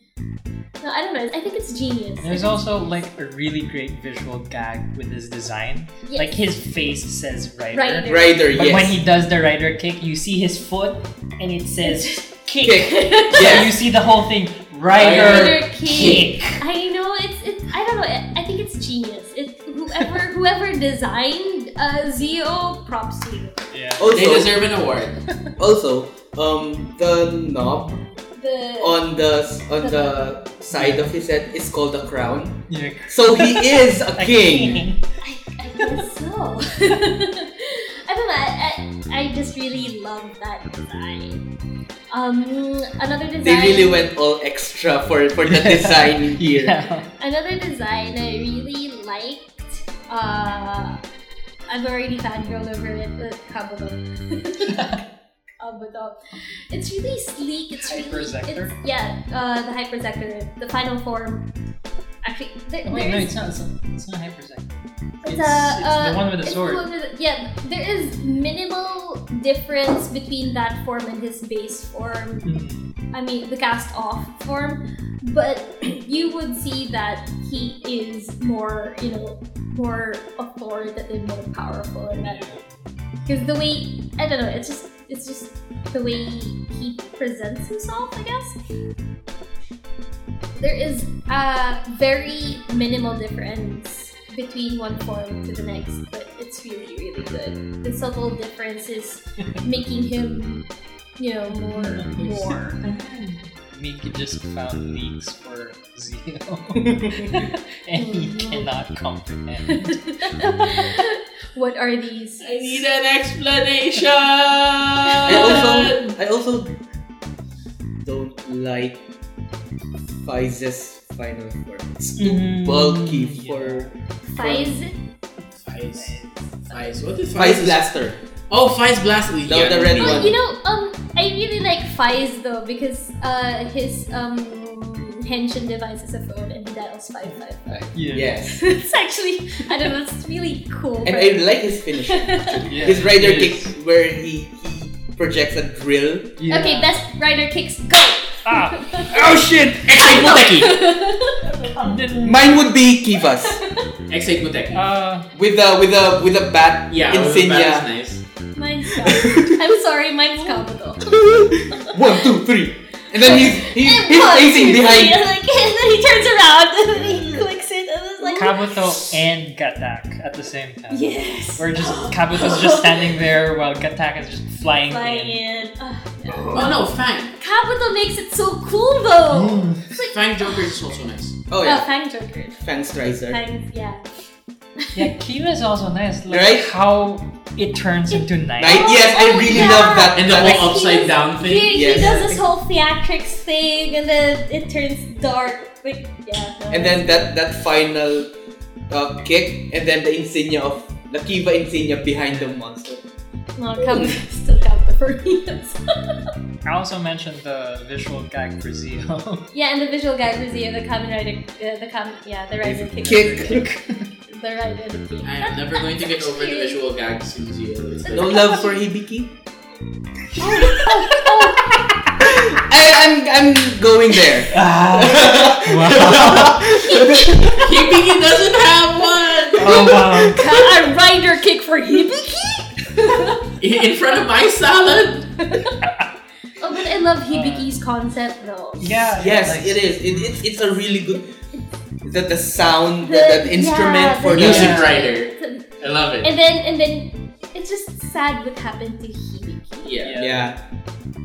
S3: no, I don't know. I think it's genius.
S5: There's also like a really great visual gag with his design.
S3: Yes.
S5: Like his face says writer.
S3: Writer.
S2: Rider,
S5: But
S2: yes.
S5: when he does the rider kick, you see his foot and it says kick.
S2: Kick.
S5: Yeah,
S2: Yes.
S5: you see the whole thing. Rider
S3: Rider kick.
S5: kick.
S3: I know it's, it's I don't know I, I think it's genius. It whoever whoever designed uh, Zio props to you.
S5: Yeah.
S2: Also,
S1: They deserve an award.
S2: also, um, the knob
S3: The
S2: on the on the side of his head is called a crown.
S5: yeah.
S2: So he is a
S5: A
S2: king.
S3: I, I guess so. I don't know. I, I, I just really love that design. Um, another design.
S2: They really went all extra for for the design here.
S5: Yeah.
S3: Another design I really liked. Uh, I've already fangirled over it. uh, But Kabuto. Kabuto. It's really sleek. It's really.
S5: Hypersector?
S3: it's- yeah, uh, the hypersector, the final form. Actually, there,
S5: Wait,
S3: there
S5: no,
S3: is-
S5: it's not. It's not, it's not hypersect.
S3: It's,
S5: It's-
S3: a,
S5: it's
S3: uh,
S5: the one with the
S3: it's
S5: sword.
S3: one with the- yeah, there is minimal difference between that form and his base form. I mean, the cast off form, but you would see that he is more, you know, more authoritative, more powerful, and that because the way I don't know, it's just it's just the way he presents himself, I guess. There is a very minimal difference between one form to the next, but it's really really good. The subtle difference is making him, you know, more more.
S5: Mika just found leaks for Zio, and he cannot comprehend.
S3: what are these?
S1: I need an explanation.
S2: I also I also don't like Fize's final form. It's too
S5: Mm,
S2: bulky
S5: yeah.
S2: for
S3: Size?
S1: Fize. Fize. What did
S2: Fize
S1: Fize blast?
S2: Blaster.
S1: Oh, Fize blast.
S2: The- the red
S3: Oh,
S2: one.
S3: you know, um, I really like Fize though because uh, his um henshin device is a phone and he dials five five five.
S5: Yeah.
S2: Yes.
S3: it's actually I don't know, it's really cool.
S2: And
S3: right?
S2: I like his finish.
S5: Yeah,
S2: his rider
S5: it
S2: kick
S5: is.
S2: where he, he projects a drill.
S5: Yeah.
S3: Okay, best rider kicks go.
S5: Ah.
S2: Oh shit!
S1: Excite Muteki.
S5: Ah,
S2: Mine would be Kivas
S1: Excite Muteki.
S5: Uh,
S2: with a with a with a bat
S1: Yeah,
S2: insignia.
S1: that is nice.
S3: mine's Kabuto. I'm sorry, mine's Kabuto.
S2: One two three, and then he's he's,
S3: And
S2: he's
S3: one,
S2: facing
S3: two, three,
S2: behind.
S3: and, like, and then he turns around and he clicks it and it's like
S5: Kabuto and Gatak at the same time.
S3: Yes.
S5: Where just Kabuto's just standing there while Gatak is just flying
S3: Flying
S5: in.
S3: in. Ugh.
S1: Oh no, Fang.
S3: Kabuto makes it so cool though.
S5: Mm.
S1: Fang Joker is also nice.
S2: Oh
S3: Oh,
S2: yeah,
S3: Fang Joker.
S2: Fang Strizer.
S3: Fang, yeah.
S5: Yeah, Kira is also nice. Like
S2: Right?
S5: how it turns into night.
S2: Right? Yes, I
S3: Oh,
S2: really
S3: yeah.
S2: love that.
S1: And the
S2: that-
S1: whole upside down thing.
S3: He,
S2: Yes.
S3: he does this whole theatrics thing and then it turns dark. Like, yeah. no.
S2: And then that that final uh, kick, and then the insignia of the Kiva insignia behind the monster.
S3: No, Kabuto still Kabuto for me. I'm sorry.
S5: I also mentioned the visual gag for Zio.
S3: yeah, and the visual guy for Zia, the Kamen Rider, uh, the Kamen, yeah, the Rider Kick.
S2: Kick.
S3: The Rider Kick.
S1: I am never going to get over the visual gags in Zero. It's like-
S2: No love for Hibiki.
S3: Oh,
S2: I, I'm I'm going there.
S5: ah, wow.
S2: wow.
S1: Hibiki doesn't have one!
S5: oh wow.
S3: oh, a Rider Kick for Hibiki?
S1: In in front of my salad!
S3: Oh, but I love Hibiki's concept though.
S5: Yeah.
S2: Yes,
S5: like-
S2: it is. It, it's it's a really good. The, the sound, the, the,
S3: The-
S2: instrument
S3: yeah,
S2: for
S5: the-
S2: the
S1: Music
S5: Yeah.
S1: writer. I love it.
S3: And then and then it's just sad what happened to Hibiki.
S1: Yeah.
S2: Yeah.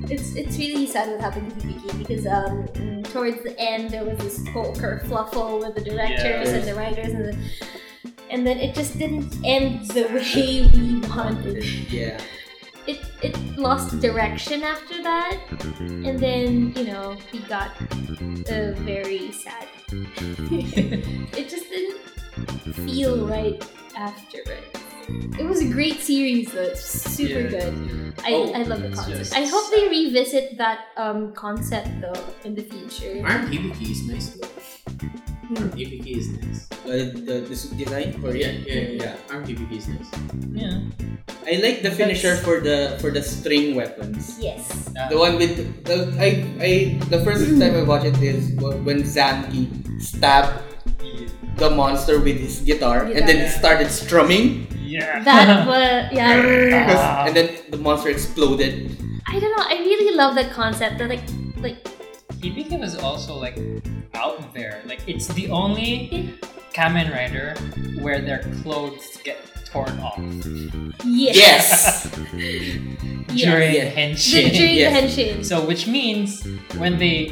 S3: It's it's really sad what happened to Hibiki because um towards the end there was this whole kerfluffle with the directors
S2: Yeah.
S3: and the writers and the and then it just didn't end the way we wanted.
S2: Yeah.
S3: It it lost direction after that, and then you know we got a very sad. it just didn't feel right after it. It was a great series though. It's super good.
S5: Yeah.
S3: I,
S1: Oh,
S3: I love the
S5: it's
S3: concept.
S5: just
S3: I hope they revisit that um concept though in the future.
S1: Arm Hibiki is nice though.
S3: Hmm.
S1: Arm Hibiki is nice.
S2: The, Uh, the, the suit design for
S1: Or Oh, yeah, yeah, yeah.
S2: Yeah.
S1: Arm Hibiki is nice.
S5: Yeah.
S2: I like the finisher for the for the string weapons.
S3: Yes.
S2: The one with the I I the first time I watched it is when Zanki stabbed the monster with his guitar and then he started strumming
S5: Yeah.
S3: That was yeah.
S5: Ah.
S2: and then the monster exploded.
S3: I don't know. I really love that concept. They're like
S5: Hibiki was also like out there. Like it's the only Kamen Rider where their clothes get torn off
S3: yes.
S2: Yes.
S3: Yes.
S5: during
S2: Yeah.
S3: The,
S5: henshin.
S3: during
S2: Yes.
S3: the henshin.
S5: So which means when they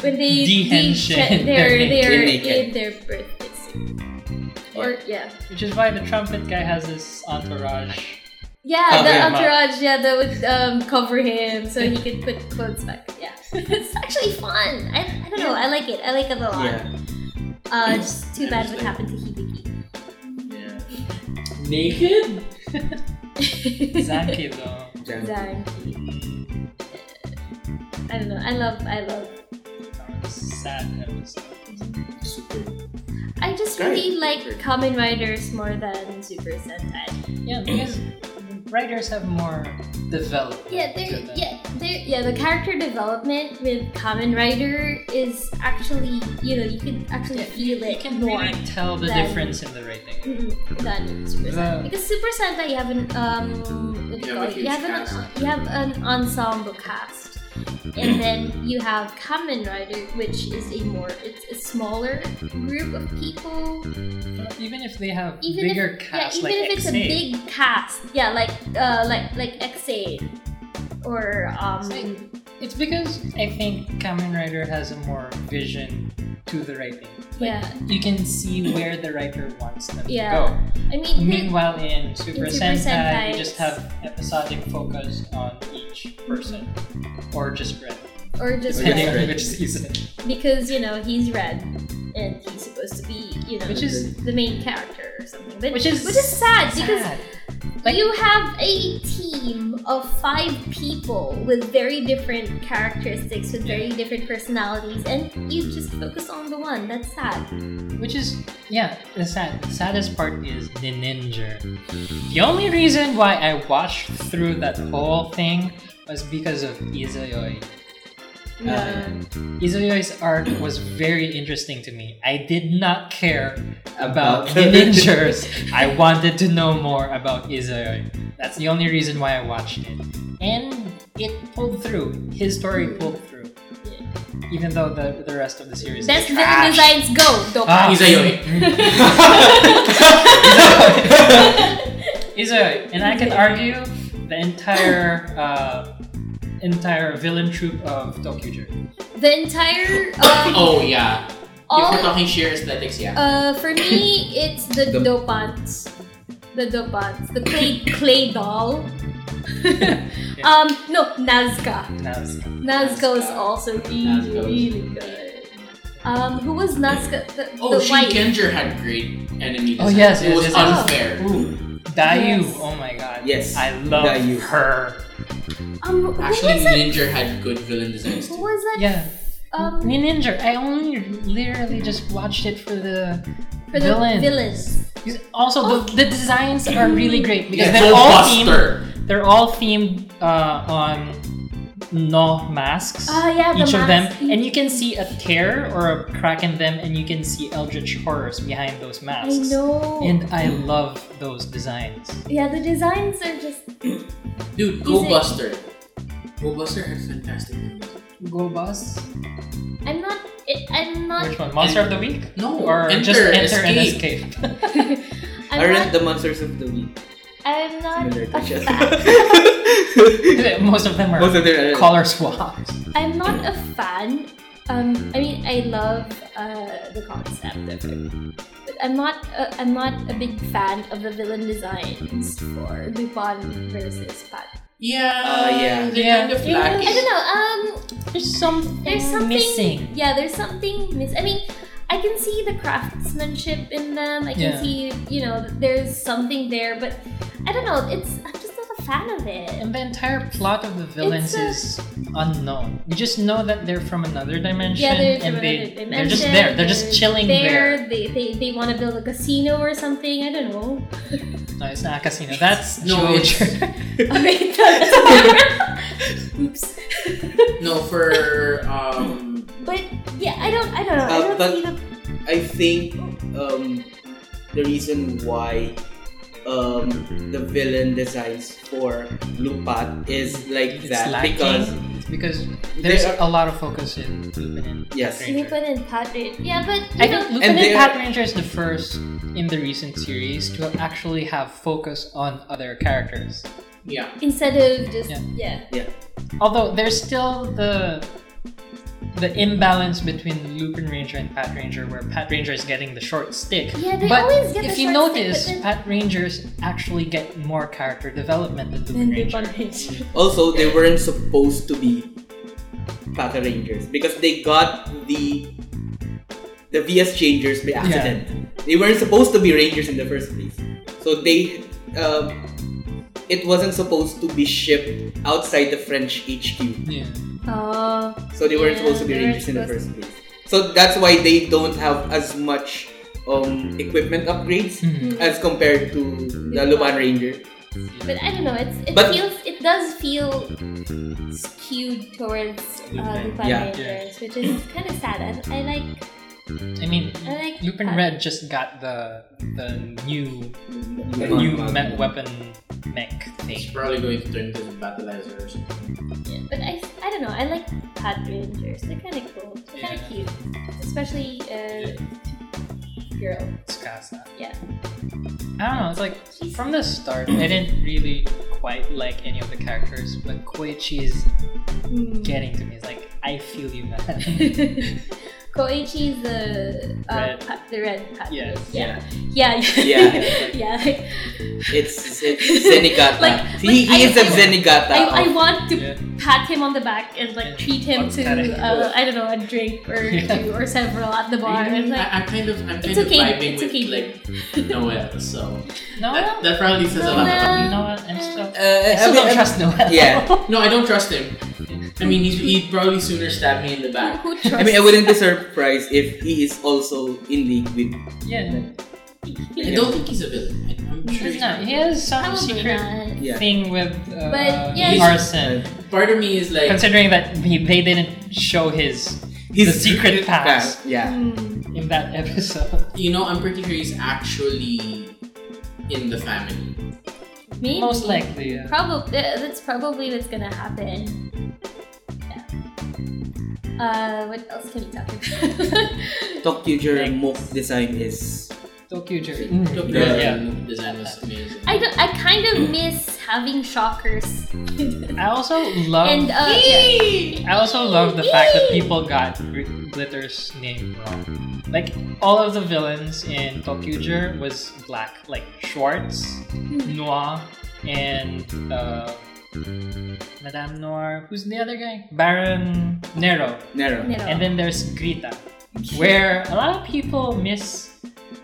S3: when they
S5: Dehenshin.
S3: de-
S5: They're
S3: they're they're
S2: naked.
S3: in their birthday suit. Or yeah,
S5: which is why the trumpet guy has this entourage.
S3: yeah,
S2: Cover
S3: the
S5: him up.
S3: entourage, yeah, that would um, cover him so he could put clothes back. Yeah, it's actually fun. I, I don't know. I like it. I like it a lot.
S2: Yeah.
S3: Uh, just too bad what
S1: Interesting.
S3: happened to Hibiki.
S1: Yeah. Naked?
S5: Zanki though.
S3: Darn. I don't know. I love. I love.
S5: That was sad episode.
S2: Super.
S3: I just
S2: Great.
S3: really like Kamen Riders more than Super Sentai.
S5: Yeah, because writers have more development.
S3: Yeah,
S5: to
S3: they're,
S5: them.
S3: yeah, they're, yeah. The character development with Kamen Rider is actually, you know, you can actually feel it
S5: You can
S3: more.
S5: really tell the
S3: than-
S5: difference in the rating.
S3: Mm-mm, than Super
S5: The-
S3: Sentai. Because Super Sentai, you have an um, what do
S1: You
S3: you,
S1: have a
S3: call it? You
S1: huge
S3: have an
S1: cast.
S3: you have an ensemble cast, and then you have Kamen Rider, which is a more it's a smaller group of people.
S5: Even if they have
S3: Even if-
S5: bigger casts,
S3: yeah, even
S5: like
S3: if it's a
S5: X8,
S3: big cast, yeah, like uh, like like XA or um,
S5: Say- It's because I think Kamen Rider has a more vision to the writing.
S3: yeah.
S5: You can see where the writer wants them
S3: Yeah. I
S5: to go.
S3: mean, they-
S5: Meanwhile, in Super,
S3: In Super
S5: Sentai,
S3: Sentai,
S5: you just have episodic focus on each person, or just red,
S3: or just
S2: Okay.
S5: depending
S3: red
S5: on
S2: Red.
S5: which season.
S3: because you know he's red and he's supposed to be you know
S5: Which is-
S3: the main character or something. But
S5: Which is
S3: which is sad because
S5: Sad. Like-
S3: you have a team of five people with very different characteristics, with very different personalities, and you just focus on the one. That's sad.
S5: Which is, yeah, the sad, saddest part is the ninja. The only reason why I watched through that whole thing was because of Izayoi. Yeah. Izayoi's arc was very interesting to me. I did not care about the ninjas. I wanted to know more about Izayoi. That's the only reason why I watched it. And it pulled through. His story pulled through. even though the, the rest of the series
S3: Best
S5: is
S3: villain
S5: trash.
S3: designs go,
S5: Ah.
S3: Doka.
S5: Izoi, and I can argue the entire uh, entire villain troupe of Tokyuger.
S3: the entire uh,
S1: Oh yeah. if we're
S3: all
S1: talking sheer aesthetics, yeah.
S3: uh, for me it's the,
S2: The-
S3: dopants. The dopants. The clay clay doll. um no, Nazca.
S5: Nazca.
S3: Nazca was also really,
S2: Nazca was
S3: really good. Um who was Nazca the,
S1: Oh,
S3: the
S1: she
S3: white
S1: Kenjer had great enemy design.
S5: Oh, yes,
S1: it
S5: yes,
S1: was
S5: yes, yes.
S3: Oh.
S1: unfair.
S5: Ooh, Dayu.
S3: Yes.
S5: Oh my god.
S2: Yes,
S5: I love
S2: Dayu.
S5: her.
S3: um who
S1: Actually,
S3: was that?
S1: Ninja had good villain designs
S3: Who
S1: too.
S3: was that?
S5: Yeah.
S3: Um
S5: Me Ninja. I only literally just watched it for the
S3: for the
S5: villain.
S3: villains.
S5: Also,
S3: Oh.
S5: the, the designs are really great because
S1: Yeah,
S5: they're all themed.
S1: Buster.
S5: They're all themed uh, on no masks.
S3: Ah yeah, the
S5: each of them,
S3: mask.
S5: and you can see a tear or a crack in them, and you can see eldritch horrors behind those
S3: I
S5: masks.
S3: know.
S5: And I love those designs.
S3: yeah, the designs are just
S1: Dude,
S3: Is
S1: Go
S3: it-
S1: Buster. Go Buster had fantastic villains.
S5: Go Boss.
S3: I'm not it, I'm not
S5: Which one? Monster of the Week?
S1: No,
S5: Or
S1: enter,
S5: just enter
S1: escape.
S5: and escape.
S3: I'm
S2: Aren't
S3: not
S2: the monsters of the week
S3: I'm not
S2: similar to each
S3: a fan.
S2: other?
S5: Most of them are
S2: Most of them are-
S5: color swaps.
S3: I'm not a fan. Um, I mean, I love uh, the concept of it, but I'm not. A, I'm not a big fan of the villain designs for Lupin versus Pat.
S1: Yeah.
S2: Uh, yeah.
S1: They're
S5: Yeah.
S1: kind of
S5: Yeah.
S1: lacking.
S3: I don't know. Um,
S5: There's some
S3: There's something-
S5: missing.
S3: yeah, there's something miss. I mean, I can see the craftsmanship in them. I can
S5: Yeah.
S3: see, you know, that there's something there, but I don't know. It's I'm just not a fan of it.
S5: And the entire plot of the villains
S3: It's
S5: is unknown. You just know that they're from another dimension
S3: Yeah, they're,
S5: and they,
S3: they're,
S5: they're just there. They're just chilling there.
S3: They they, they want to build a casino or something. I don't know.
S5: No, it's not a casino. That's
S1: No,
S5: George.
S3: Wait, that's different. Oops.
S1: No, for um,
S3: But yeah, I don't, I don't know. I
S2: Uh,
S3: don't
S2: but-
S3: see the.
S2: I think um, the reason why um, the villain designs for Lupat is like
S5: it's
S2: that
S5: lacking.
S2: because
S5: It's because
S2: they
S5: there's
S2: are-
S5: a lot of focus in Lupin and
S2: Yes.
S5: Ranger.
S3: Lupin and Patrick. Yeah, but you
S5: I
S3: know,
S5: think Lupin and,
S2: they
S5: Pat Ranger is the first in the recent series to actually have focus on other characters.
S1: yeah.
S3: instead of just
S5: Yeah.
S3: yeah.
S5: Although there's still the the imbalance between Lupin Ranger and Pat Ranger, where Pat Ranger is getting the short stick.
S3: Yeah, they
S5: But
S3: always get
S5: If
S3: the
S5: you
S3: short stick,
S5: notice,
S3: but
S5: Pat Rangers actually get more character development than
S3: then, then
S5: Lupin
S3: Lupin
S5: Ranger.
S3: Ranger.
S2: also they weren't supposed to be Pata Rangers because they got the the VS changers by accident. They weren't supposed to be Rangers in the first place. So they um, it wasn't supposed to be shipped outside the French HQ.
S5: Yeah.
S3: Oh,
S2: So they weren't
S3: Yeah,
S2: supposed to be
S3: they weren't
S2: Rangers in the
S3: supposed
S2: first place. So that's why they don't have as much um, equipment upgrades
S5: Mhm.
S2: as compared to the Luban Ranger.
S3: Hmm. but I don't know. It's it
S2: But-
S3: feels it does feel skewed towards uh,
S5: Lupin.
S3: Lupin
S2: Yeah.
S3: Rangers, which is kind of sad. I, I like
S5: I mean,
S3: I like
S5: Lupin
S3: Pat-
S5: Red just got the the new the
S2: Luban
S5: new
S2: Ranger.
S5: me- weapon mech
S1: It's
S5: thing.
S1: probably going to turn into the battleizer or something.
S3: Yeah, but I, I don't know. I like Pat Rangers. They're kind of cool. They're kind of
S5: Yeah.
S3: cute, especially uh, girl.
S5: It's Casa.
S3: Yeah.
S5: I don't know. It's like from the start, I didn't really quite like any of the characters, but Koichi is
S3: Mm.
S5: getting to me. It's like I feel you, man.
S3: Koichi's the uh,
S5: Red.
S3: Pat, the red Pat.
S5: Yeah.
S3: yeah, yeah,
S2: Yeah.
S3: yeah. Like,
S2: It's, it's Zenigata.
S3: Like-
S2: he,
S3: like,
S2: he is
S3: I-
S2: a Zenigata.
S3: I, I want to
S5: Yeah.
S3: pat him on the back and
S5: Yeah.
S3: like treat him
S5: Fuck
S3: to
S5: that.
S3: uh, I don't know a drink or
S5: Yeah.
S3: two or several at the bar. And like,
S1: I, am kind of, I'm kind
S3: it's
S1: of
S3: okay,
S1: vibing
S3: it's
S1: with
S3: okay.
S1: like Noel, so
S5: No,
S1: that, that probably says a lot. about
S5: you know what? I'm still.
S2: Uh,
S5: I still
S2: mean,
S5: don't
S2: I'm-
S5: trust Noel.
S2: Yeah.
S1: me. No, I don't trust him. I mean, he'd, he'd probably sooner stab me in the back.
S3: who
S2: I mean, I
S3: trusts-
S2: wouldn't be surprised if he is also in league with.
S5: Yeah.
S1: I don't think he's a villain. I, I'm sure
S5: He's
S1: he's
S5: not. He has some
S3: Probably
S5: secret
S3: not.
S2: Yeah.
S5: thing with uh,
S3: But, yeah, he-
S5: arson.
S1: Part of me is like,
S5: Considering that he, they didn't show his
S2: His
S5: The secret pass.
S2: Yeah.
S3: Hmm.
S5: in that episode.
S1: you know, I'm pretty sure he's actually in the family.
S3: Maybe.
S5: Most likely. Yeah.
S3: Probably that's probably what's gonna happen. Uh, what else can we talk about?
S2: Tokyo Germ Mook design is
S5: Tokyo Mm, Jerry.
S1: Tokyo
S2: Yeah.
S1: Ghoul design was amazing.
S3: I don't, I kind of miss having shockers.
S5: I also love.
S3: and uh, yeah.
S5: I also love the fact that people got Gl- Glitter's name wrong. Like all of the villains in Tokyuger was black, like Schwartz, Noir, and uh, Madame Noir. Who's the other guy? Baron Nero.
S2: narrow.
S3: Nero.
S5: And then there's Grita, where a lot of people miss.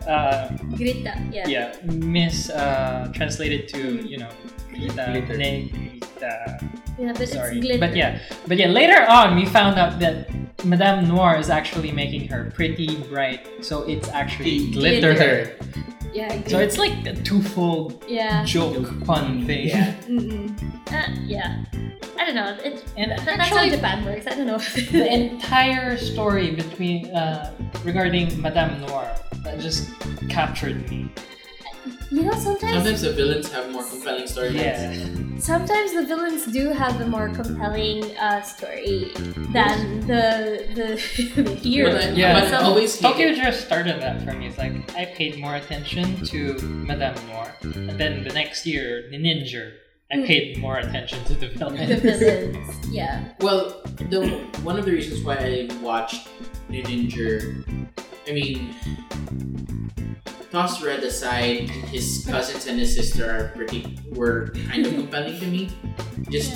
S5: Uh,
S3: Grita, yeah.
S5: yeah, miss uh, translated to you know Grita,
S2: Glitter.
S5: Negrita.
S3: Yeah, but
S5: Sorry.
S3: it's glitter.
S5: But yeah, but yeah. Later on, we found out that Madame Noir is actually making her pretty bright, so it's actually
S3: Glitter.
S5: glitter.
S3: Yeah, glitter.
S5: So it's like a twofold
S3: yeah.
S5: joke pun thing.
S2: Yeah.
S3: Mm-mm. Uh, yeah. I don't know. It,
S5: And
S3: that, that's how
S5: actually,
S3: Japan works. I don't know.
S5: the entire story between uh, regarding Madame Noir that just captured me.
S3: you know, sometimes
S1: Sometimes the villains have more compelling storylines.
S5: Yeah,
S3: sometimes the villains do have a more compelling uh, story than the the, the hero.
S1: But I,
S5: Yeah.
S1: but I always hated-
S5: Tokyo just started that for me. It's like I paid more attention to Madame Noir, and then the next year, the Ninja. I
S3: Mm.
S5: paid more attention to the villain.
S3: the villains, yeah.
S1: Well, the one of the reasons why I watched Ninja, I mean, Toss Red aside, his cousins and his sister are pretty were kind of compelling to me. Just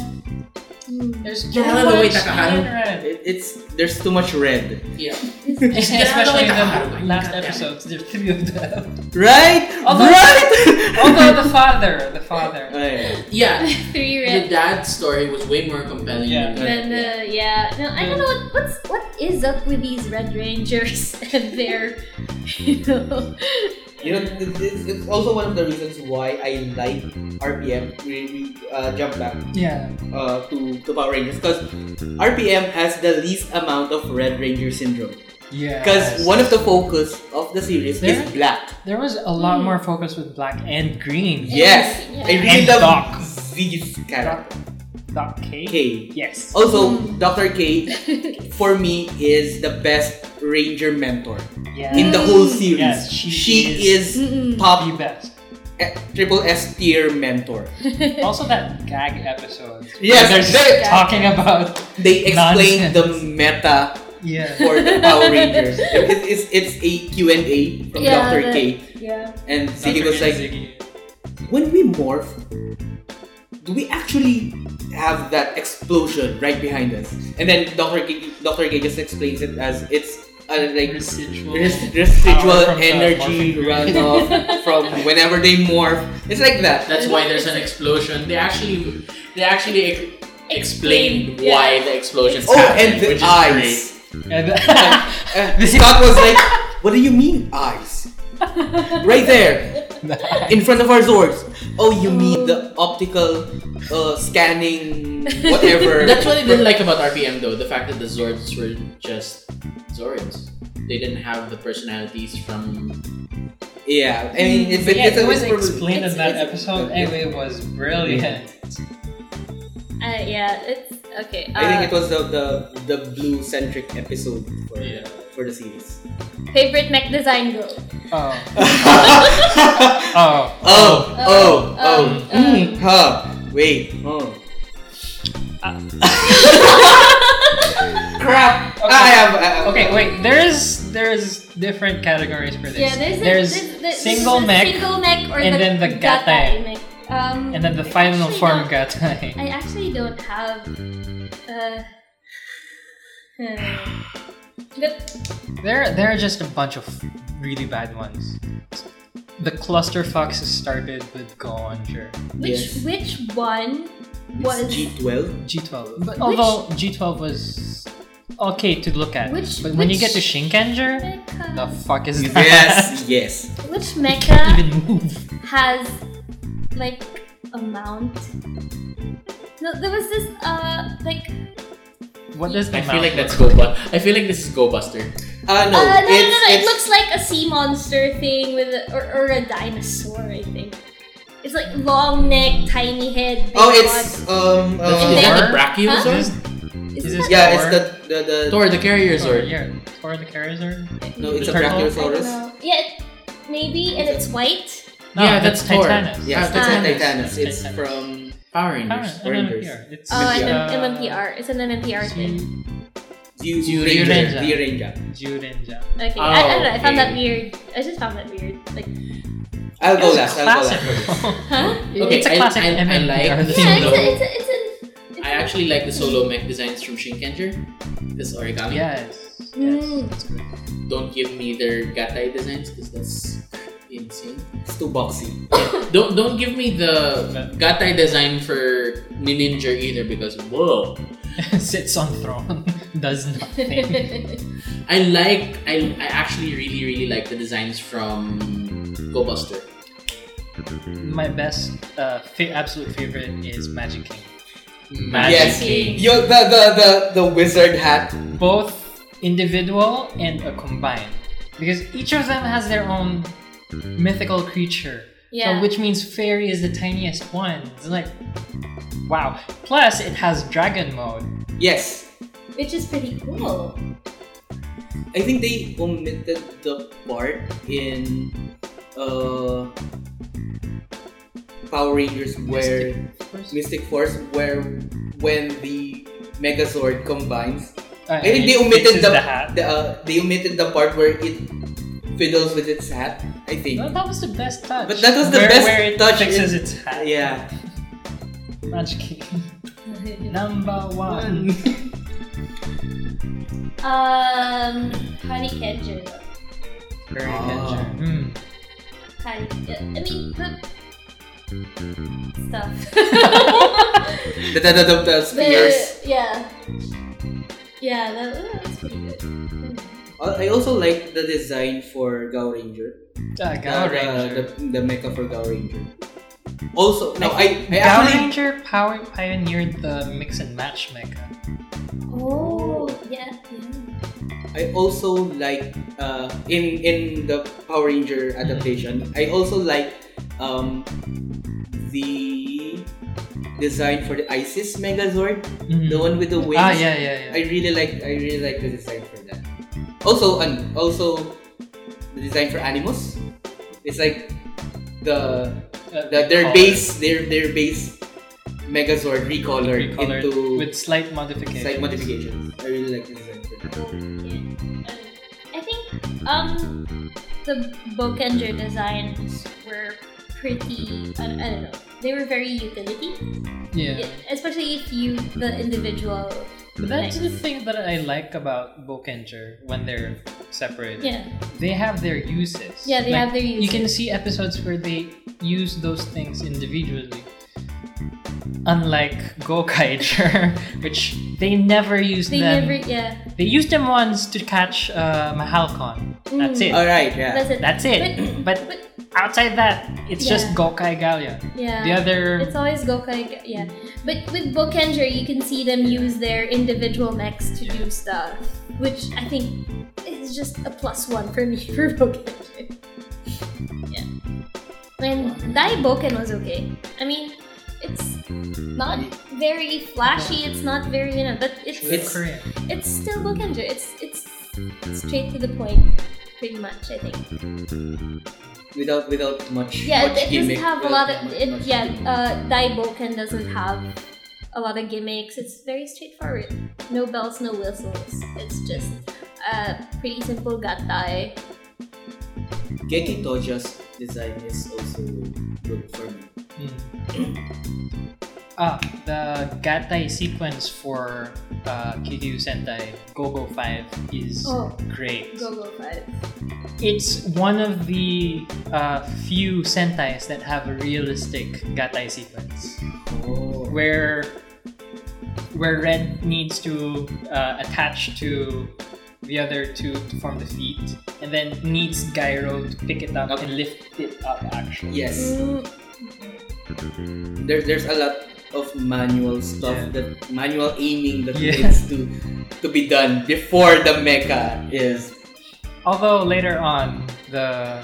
S3: Mm.
S5: There's
S1: Get out of the way, Takaharu.
S2: It, it's there's too much red.
S1: yeah,
S3: It's-
S1: Get out of the way,
S5: Especially the
S1: Takaharu.
S5: last
S1: Goddamn.
S5: episodes, there's three of them.
S2: Right?
S5: Although-
S2: right?
S5: Although the father, the
S2: Oh,
S5: father.
S2: yeah.
S1: yeah.
S3: Three
S1: The
S3: red.
S1: dad's story was way more compelling.
S5: Yeah.
S1: than
S3: Then uh, yeah, no, I don't know what, what's what is up with these Red Rangers and their, you know,
S2: You know, it- it's, it's also one of the reasons why I like RPM. We, we uh, jump back
S5: Yeah.
S2: uh, to, to Power Rangers because RPM has the least amount of Red Ranger syndrome.
S5: Yeah.
S2: Because one of the focus of the series is
S5: There-
S2: black.
S5: There was a lot
S3: Mm.
S5: more focus with black and green.
S2: Yes,
S3: Yeah.
S2: I really
S5: And
S2: love
S5: Doc.
S2: Z's character.
S5: Doc K.
S2: K.
S5: Yes.
S2: Also,
S3: Mm.
S2: Dr. K for me is the best Ranger mentor
S5: yeah.
S2: in the
S3: Mm.
S2: whole series.
S5: Yes,
S2: she,
S5: she
S2: is,
S3: Mm-mm.
S5: the
S2: top
S5: best.
S2: eh, triple S tier mentor.
S5: Also, that gag episode.
S2: Yes,
S5: Where
S2: they-
S5: they're talking about.
S2: They explain
S5: Nonsense.
S2: the meta
S5: Yeah.
S2: for the Power Rangers. It- it's, it's a Q&A from
S3: Yeah,
S2: Dr.
S3: the-
S2: K.
S3: yeah.
S2: And Ziggy was like,
S5: Ziggy.
S2: when we morph, do we actually have that explosion right behind us? And then Dr. K, Dr. K just explains it as it's uh, like
S5: residual.
S2: res- residual
S5: Power from the
S2: energy
S5: morphing grid.
S3: Uh,
S2: runoff from whenever they morph. It's like that.
S1: That's why there's an explosion. They actually, they actually ex- explained why the explosions
S2: Oh,
S1: happened,
S2: and the
S1: which is great.
S2: eyes.
S5: And-
S2: Uh, Scott was like, "What do you mean eyes? Right there, in front of our swords. Oh, you mean the optical uh, scanning, whatever."
S1: That's what I didn't like about RPM though, the fact that the Zords were just Zords. They didn't have the personalities from
S2: Yeah, I mean, it's,
S5: But yeah,
S2: it's a
S5: it was
S2: it's for-
S5: explained in that
S2: it's-
S5: episode, and it was brilliant.
S3: Uh, yeah, it's okay.
S2: I think
S3: Uh,
S2: it was the the, the blue centric episode for
S1: Yeah.
S2: for the series.
S3: favorite mech design go.
S5: Oh.
S2: oh,
S5: Oh.
S2: oh,
S3: Oh,
S2: oh,
S3: oh,
S2: mm, huh, wait, oh.
S5: Uh,
S2: Crap!
S5: Okay.
S2: I have. I- I-
S5: Oh. Okay, wait. There's there's different categories for this.
S3: Yeah, there's, a- there's the,
S5: single
S3: the
S5: mech,
S3: single mech or
S5: and
S3: the
S5: then the
S3: gatai
S5: gatai.
S3: mech. Um,
S5: and then the
S3: I
S5: final
S3: actually
S5: form
S3: don't-
S5: gatai.
S3: I actually don't have. Uh, hmm. But
S5: There there are just a bunch of really bad ones. The cluster fox started with Gonger.
S3: which
S2: Yes.
S3: which one
S2: It's
S3: was
S2: G12?
S5: G12. But although G12 was okay to look at,
S3: Which-
S5: but when you
S3: which-
S5: get to Shinkanger, the
S3: mecha?
S5: fuck is that?
S2: Yes, yes.
S3: Which
S5: Can't
S3: mecha
S5: even move.
S3: has like a mount? No, there was this uh like
S5: What does the
S1: I feel like
S5: mouth
S1: that's
S5: look
S1: GoBuster. I feel like this is GoBuster.
S2: Uh, no,
S3: Uh, no, no,
S2: it's,
S3: no, no, It
S2: it's-
S3: looks like a sea monster thing with a, or, or a dinosaur, I think. It's like long neck, tiny head. big
S2: Oh, it's um.
S1: That's
S2: uh,
S3: And then-
S1: the Brachiosaur?
S5: This-
S3: body.
S5: Is
S3: Isn't
S5: this
S2: Yeah, it's
S5: Thor?
S2: the the, the
S1: Thor the Carrier
S5: Thor,
S1: Zord.
S5: yeah, Thor the Charizard?
S2: no,
S5: the
S2: it's a
S5: turtle?
S3: I don't
S2: Brachiosaurus.
S3: know. Yeah, it- maybe, and it's white.
S5: No,
S1: Yeah,
S5: that's,
S1: that's Thor.
S5: Titanus.
S2: Yeah,
S1: Ah,
S2: it's a
S1: Titanus.
S2: Titanus. It's
S5: Titanus.
S2: from
S1: Power
S5: Power-
S1: Rangers.
S2: Rangers.
S5: MMPR. It's uh,
S3: Oh, and
S2: Yeah.
S3: an MMPR. It's an MMPR thing.
S2: Zyuranger.
S5: Zyuranger.
S2: Zyuranger.
S5: Jurinja.
S3: Okay, I, I
S1: Oh,
S3: don't know. I found that
S1: okay.
S3: weird. I just found that weird. Like,
S2: I'll go
S5: It's
S2: last. I'll
S5: a
S2: go last.
S5: classic.
S3: huh?
S5: It's a
S1: I-
S5: classic
S1: I, I,
S5: MMPR
S1: like
S5: thing,
S3: Yeah,
S1: solo-
S3: it's a, it's a, it's a. It's
S1: I actually like the solo mech designs from Shinkenger. This origami.
S5: yes. yes.
S3: Mm.
S5: That's good.
S1: Don't give me their Gatai designs because that's insane.
S2: It's too boxy.
S1: Don't don't give me the Gatai design for Ninja either because whoa. Mm.
S5: Sits on throne, does nothing.
S3: a.
S1: I like I, I actually really really like the designs from Go Buster.
S5: My best, uh, fa- absolute favorite is Magic King.
S2: Yes.
S5: King.
S2: Yo, the, the the the wizard hat.
S5: both individual and a combined because each of them has their own mythical creature so,
S3: Yeah.
S5: which means fairy is the tiniest one it's like wow plus it has dragon mode
S2: Yes,
S3: Which is pretty cool.
S2: I think they omitted the part in uh Power Rangers where Mystic, Force where when the Megazord combines
S5: I
S2: think they omitted the-
S5: hat
S2: the uh, they omitted the part where it fiddles with its hat I think
S5: No, that was the best touch
S2: But that was the
S5: where,
S2: best
S5: where it
S2: touch
S5: fixes its hat
S2: yeah
S5: magic King. number one
S3: um, Honey Kenjiro.
S5: Very
S2: Ah.
S5: good. Mm.
S3: Honey, I mean, cook stuff.
S2: the the, the, the, the spears
S3: but, yeah. Yeah, that, that was pretty good.
S2: Uh, I also like the design for Gao Ranger
S5: Uh,
S2: The-
S5: Gao
S2: the-
S5: Ranger.
S2: the, the, mecha for Gao Ranger also no I, I
S5: Gao
S2: actually
S5: Ranger power pioneered the mix and match mecha.
S3: Oh, yeah.
S2: I also like uh, in in the Power Ranger adaptation. I also like um, the design for the Isis Megazord,
S5: Mm.
S2: the one with the wings.
S5: Ah, yeah, yeah,
S2: I
S5: yeah.
S2: really like I really like the design for that. Also and also the design for Animus. It's like the,
S5: Uh,
S2: the their
S5: recolored.
S2: base their their base Megazord recolored,
S5: Recolored
S2: into
S5: with slight modifications.
S2: slight modifications. I really like the design for that.
S3: I think um the Bokenger designs were pretty. I, I don't know. They were very utility,
S5: Yeah.
S3: especially if you the individual.
S5: But
S3: Nice.
S5: that's the thing that I like about Bokenger when they're separated.
S3: Yeah,
S5: They have their uses.
S3: yeah, they
S5: Like,
S3: have their use.
S5: You can see episodes where they use those things individually. Unlike Gokaiger, which they never use
S3: they
S5: them.
S3: never. Yeah,
S5: They used them once to catch uh, Mahalcon. That's
S3: Mm.
S5: it.
S2: All right, yeah.
S3: that's it.
S5: That's it. But, outside that, it's
S3: Yeah.
S5: just Gokai Galia.
S3: yeah.
S5: The other
S3: It's always Gokai, yeah. But with Bokenger, you can see them use their individual mechs to do stuff, which I think is just a plus one for me for Bokenger. yeah. And Dai Boken was okay. I mean, it's not very flashy. It's not very you know, but it's
S5: it's
S3: it's,
S5: Korean.
S3: it's still Bokenger. It's it's straight to the point, pretty much. I think.
S2: without without much
S3: Yeah,
S2: much
S3: it, it doesn't
S2: gimmick,
S3: have a
S2: without
S3: lot of
S2: much-
S3: it,
S2: much
S3: yeah.
S2: gimmick.
S3: Uh, Daiboken doesn't have a lot of gimmicks. It's very straightforward. No bells, no whistles. It's just a pretty simple gatai.
S2: Geki Toja's design is also good for me.
S5: Mm. Ah, the Gatai sequence for uh, Kiryu Sentai Gogo 5 is
S3: Oh,
S5: great.
S3: go go five.
S5: It's one of the uh, few Sentais that have a realistic Gatai sequence
S2: Oh.
S5: where where Red needs to uh, attach to the other two to form the feet and then needs Gyro to pick it up
S2: Up.
S5: and lift it up actually.
S2: Yes,
S3: Mm,
S2: there's there's a lot of manual stuff
S5: Yeah.
S2: that manual aiming that
S5: Yeah.
S2: needs to to be done before the mecha is
S5: Although later on, the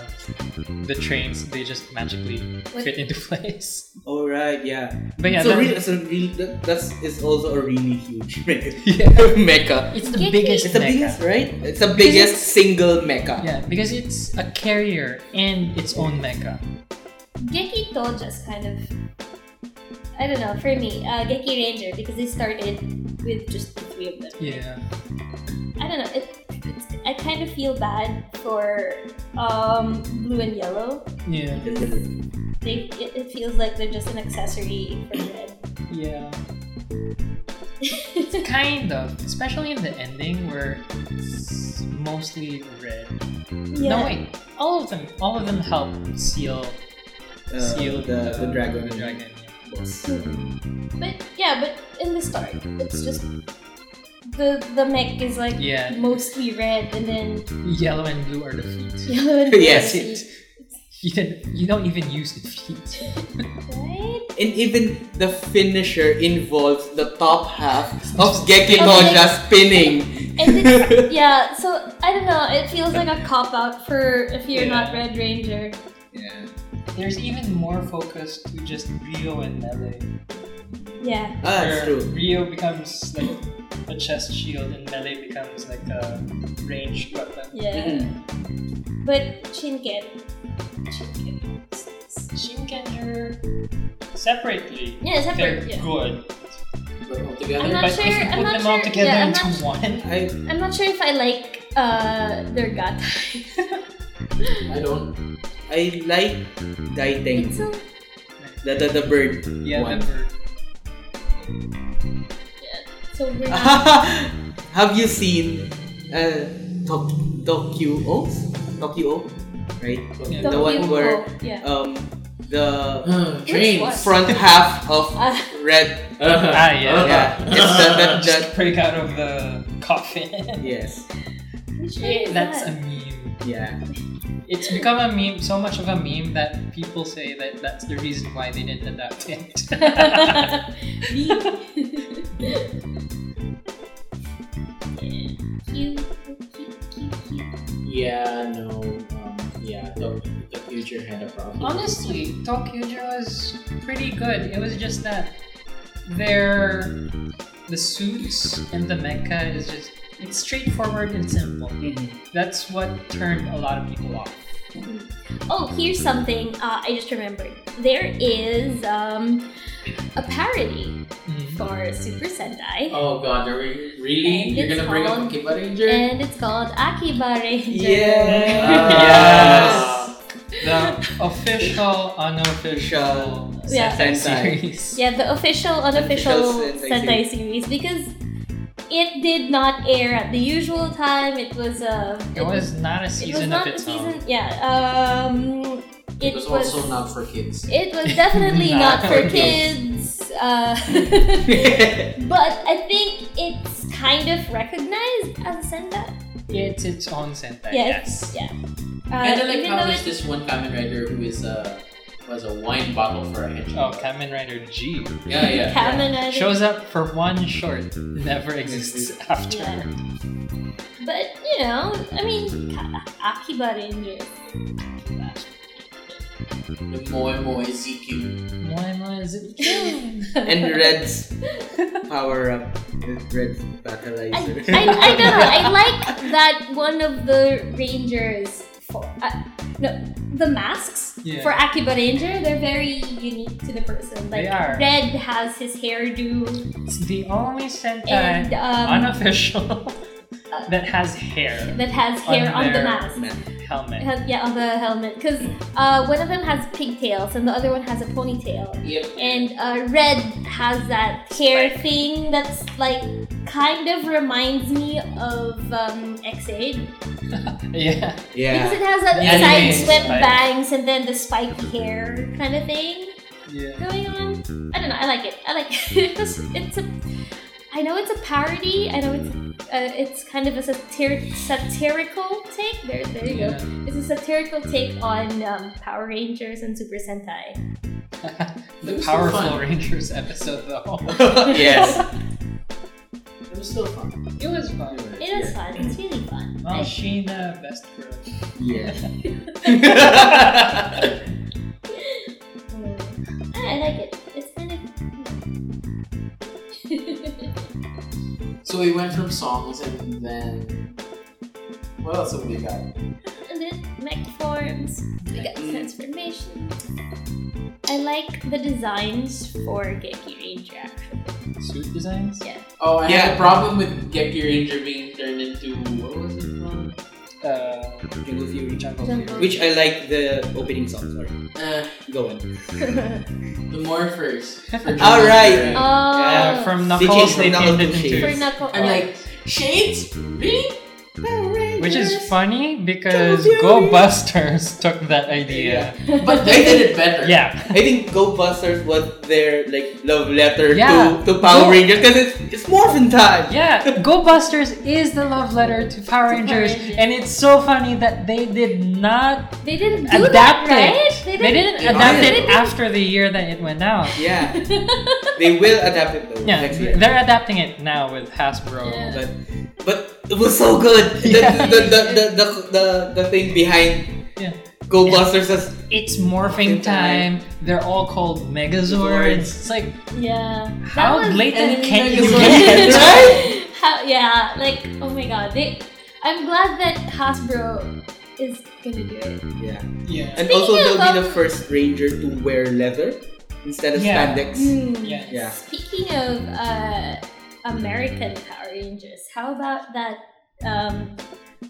S5: the trains they just magically
S3: What-
S5: fit into place.
S2: All right, yeah.
S5: But yeah,
S2: so
S5: that-
S2: really, so really, that, that's is also a really huge mecha.
S5: yeah.
S2: mecha.
S5: it's the
S3: Get it.
S5: biggest
S2: It's the
S5: mecha.
S2: biggest, right? It's the biggest single mecha.
S5: Yeah, because it's a carrier and its own mecha.
S3: Gekito just kind of. I don't know, for me, uh, Geki Ranger, because they started with just the three of them.
S5: Yeah.
S3: I don't know, it, it's, I kind of feel bad for um, Blue and Yellow.
S5: Yeah.
S3: They, it, it feels like they're just an accessory for Red.
S5: Yeah. Kind of. Especially in the ending where it's mostly red.
S3: yeah.
S5: No wait. All of them all of them help seal
S2: Uh,
S5: seal
S2: the, the dragon.
S5: The dragon.
S2: boss.
S3: But yeah, but in the start, it's just the the mech is like
S5: Yeah.
S3: mostly red, and then
S5: Yellow and blue are the feet.
S3: yellow and
S2: Yes,
S3: glossy,
S5: You don't, you don't even use the feet.
S3: right?
S2: And even the finisher involves the top half of
S3: Okay.
S2: Gekitoja spinning.
S3: And it's, yeah, so I don't know. It feels like a cop out for if you're not Red Ranger.
S2: yeah.
S5: There's even more focus to just Rio and Melee.
S3: Yeah,
S2: Ah, that's true.
S5: where Rio becomes like a chest shield and Melee becomes like a range weapon.
S3: yeah.
S2: Mhm.
S3: But Shinken, Shinken,
S5: Shinkenger separately,
S3: yeah,
S5: they're
S3: separate. Yeah.
S5: good.
S1: But
S3: I'm
S1: altogether,
S3: not
S5: but
S3: sure-
S5: if you
S3: I'm
S5: put
S3: not
S5: them all
S3: sure-
S5: together
S3: yeah, I'm
S5: into
S3: not-
S5: one,
S2: I,
S3: I'm not sure if I like uh their gatai.
S1: I don't.
S2: I like Daiteng.
S3: it's so
S2: The, the, the bird.
S5: yeah,
S2: one.
S5: the bird.
S3: so we're not.
S2: Have you seen uh, Tok- Tokyo Oaks? Tokyo Oak? Right?
S5: Yeah.
S2: The one
S3: Tokyo
S2: where-
S3: Go, yeah.
S2: Um, the
S1: Uh, Trains.
S2: front half of
S3: Uh,
S2: red.
S1: Uh-huh.
S5: Ah, yeah.
S1: Uh-huh.
S2: Yeah. It's the, the,
S5: Just
S2: the,
S5: break out of the coffin.
S2: yes.
S3: which one
S5: Yeah,
S3: is
S5: That's a
S3: that?
S5: meme.
S2: Yeah.
S5: It's become a meme, so much of a meme that people say that that's the reason why they didn't adapt it.
S3: Cute, cute, cute, cute.
S1: Yeah, no. Um, yeah, the, the future had a problem.
S5: Honestly, Tokyo was pretty good. It was just that their the suits and the mecha is just it's straightforward and simple.
S3: Mm-hmm.
S5: That's what turned a lot of people off.
S3: Oh, here's something uh, I just remembered. There is um, a parody for Super Sentai,
S1: Oh god, are we
S3: And
S1: really? You're
S3: it's
S1: gonna bring up
S3: called-
S1: Akiba Ranger?
S3: and it's called Akiba Ranger.
S2: Yeah.
S1: Ah.
S5: The official, unofficial
S3: Yeah.
S5: Sentai
S2: Sentai.
S5: series.
S3: Yeah, the official, unofficial
S2: Official
S3: Sentai
S2: Sentai
S3: series because it did not air at the usual time. It was a.
S5: It was not
S3: It
S5: a
S3: was
S5: season
S3: not
S5: of
S3: a
S5: its
S3: season.
S5: own.
S3: Yeah. Um.
S1: It was also not for kids.
S3: It was definitely not
S5: Not
S3: for
S5: for
S3: kids. Uh, but I think it's kind of recognized as a sentai.
S5: It's its own Sentai.
S3: Yes.
S5: Yes.
S3: Yeah.
S1: I
S3: Uh,
S1: don't like
S3: even
S1: how
S3: though
S1: there's
S3: it,
S1: this one Kamen Rider who is a was a wine bottle for a
S5: Oh,
S1: hedgehog.
S5: Kamen Rider G
S1: Yeah, yeah.
S3: Kamen Rider,
S5: shows up for one short, never exists after.
S3: Yeah. but you know, I mean, Ka- Akiba Ranger.
S1: The Moe Moe ZQ.
S5: Why was it?
S2: And Red's power up. Red's battleizer.
S3: I, I don't know. I like that one of the rangers for uh, no the masks
S5: Yeah.
S3: for Akiba Ranger. They're very unique to the person. Like
S5: They are.
S3: Red has his hairdo
S5: It's the only Sentai
S3: and um,
S5: unofficial that has hair
S3: that has hair
S5: on
S3: on, the
S5: their
S3: mask.
S5: helmet.
S3: Hel- yeah, on the helmet. Because uh, one of them has pigtails and the other one has a ponytail.
S1: Yep.
S3: And uh, Red has that hair thing that's like kind of reminds me of um, X8.
S5: Yeah,
S2: Yeah.
S3: Because it has that
S5: Yeah,
S3: side
S5: yeah, yeah.
S3: swept
S5: Spike.
S3: bangs and then the spiky hair kind of thing
S5: yeah.
S3: going on. I don't know. I like it. I like it. It's, it's a. I know it's a parody. I know it's uh, it's kind of a satir- satirical take. There, there you
S5: yeah.
S3: go. It's a satirical take on um, Power Rangers and Super Sentai.
S5: the
S1: was so
S5: Powerful
S1: fun.
S5: Rangers episode, though.
S2: yes.
S1: It was still fun.
S5: it was fun.
S3: It It is fun. It's really fun.
S5: Well,
S3: Like,
S5: Sheena, best girl.
S2: Yeah.
S3: mm. I like it. It's kind of.
S1: So we went from songs and then what else have we got?
S3: and then mech forms. We got transformation. I like the designs for Geki Ranger. Actually,
S5: Suit designs?
S3: yeah.
S1: Oh, I had
S2: Yeah.
S1: a problem with Geki Ranger being turned into what was it from?
S5: Uh,
S2: Jungle Fury.
S5: Jungle
S3: Jungle.
S5: Fury.
S2: Which I like the opening song. Sorry,
S1: Uh,
S2: go on.
S1: the Morphers.
S2: All right.
S3: oh,
S5: Uh,
S2: They
S5: from Knuckles,
S2: changed from
S5: they
S2: Knuckles
S5: turned it
S2: to
S5: into.
S2: Shades.
S3: for Knuckle.
S1: I'm like shades, really?
S5: Which is funny because
S2: Jungle Fury.
S5: Go Busters took that idea.
S1: But they did it better.
S5: Yeah.
S2: I think GoBusters was their like love letter
S5: Yeah.
S2: to, to Power
S5: Go-
S2: Rangers because it's it's morphin time.
S5: Yeah, Go Busters is the love letter to Power
S3: Power
S5: Rangers,
S3: Rangers.
S5: and it's so funny that they did not.
S3: They didn't do
S5: Adapt
S3: that,
S5: it.
S3: right? They
S5: They didn't
S2: Yeah.
S5: adapt
S2: They
S5: it after the year that it went out.
S2: Yeah, they will adapt it though
S5: Yeah,
S2: next year.
S5: they're adapting it now with Hasbro.
S3: Yeah.
S2: But but it was so good. The,
S5: Yeah.
S2: the, the, the, the, the, the thing behind
S5: Yeah.
S2: GoBusters is
S5: It's morphing
S2: Morphing
S5: time.
S2: time.
S5: They're all called Megazords.
S2: Megazords.
S5: It's like
S3: yeah.
S5: how
S3: that was,
S5: blatant
S1: enemy
S5: can you
S1: Megazord.
S5: get?
S2: Right?
S3: How, yeah, like oh my god, they. I'm glad that Hasbro is gonna do it.
S2: yeah.
S5: Yeah.
S2: And also
S3: Speaking
S2: they'll be
S3: of- um,
S2: the first ranger to wear leather instead of
S5: Yeah.
S2: spandex.
S5: Yeah.
S2: Yeah.
S3: Mm. Speaking of uh, American Power Rangers, how about that um,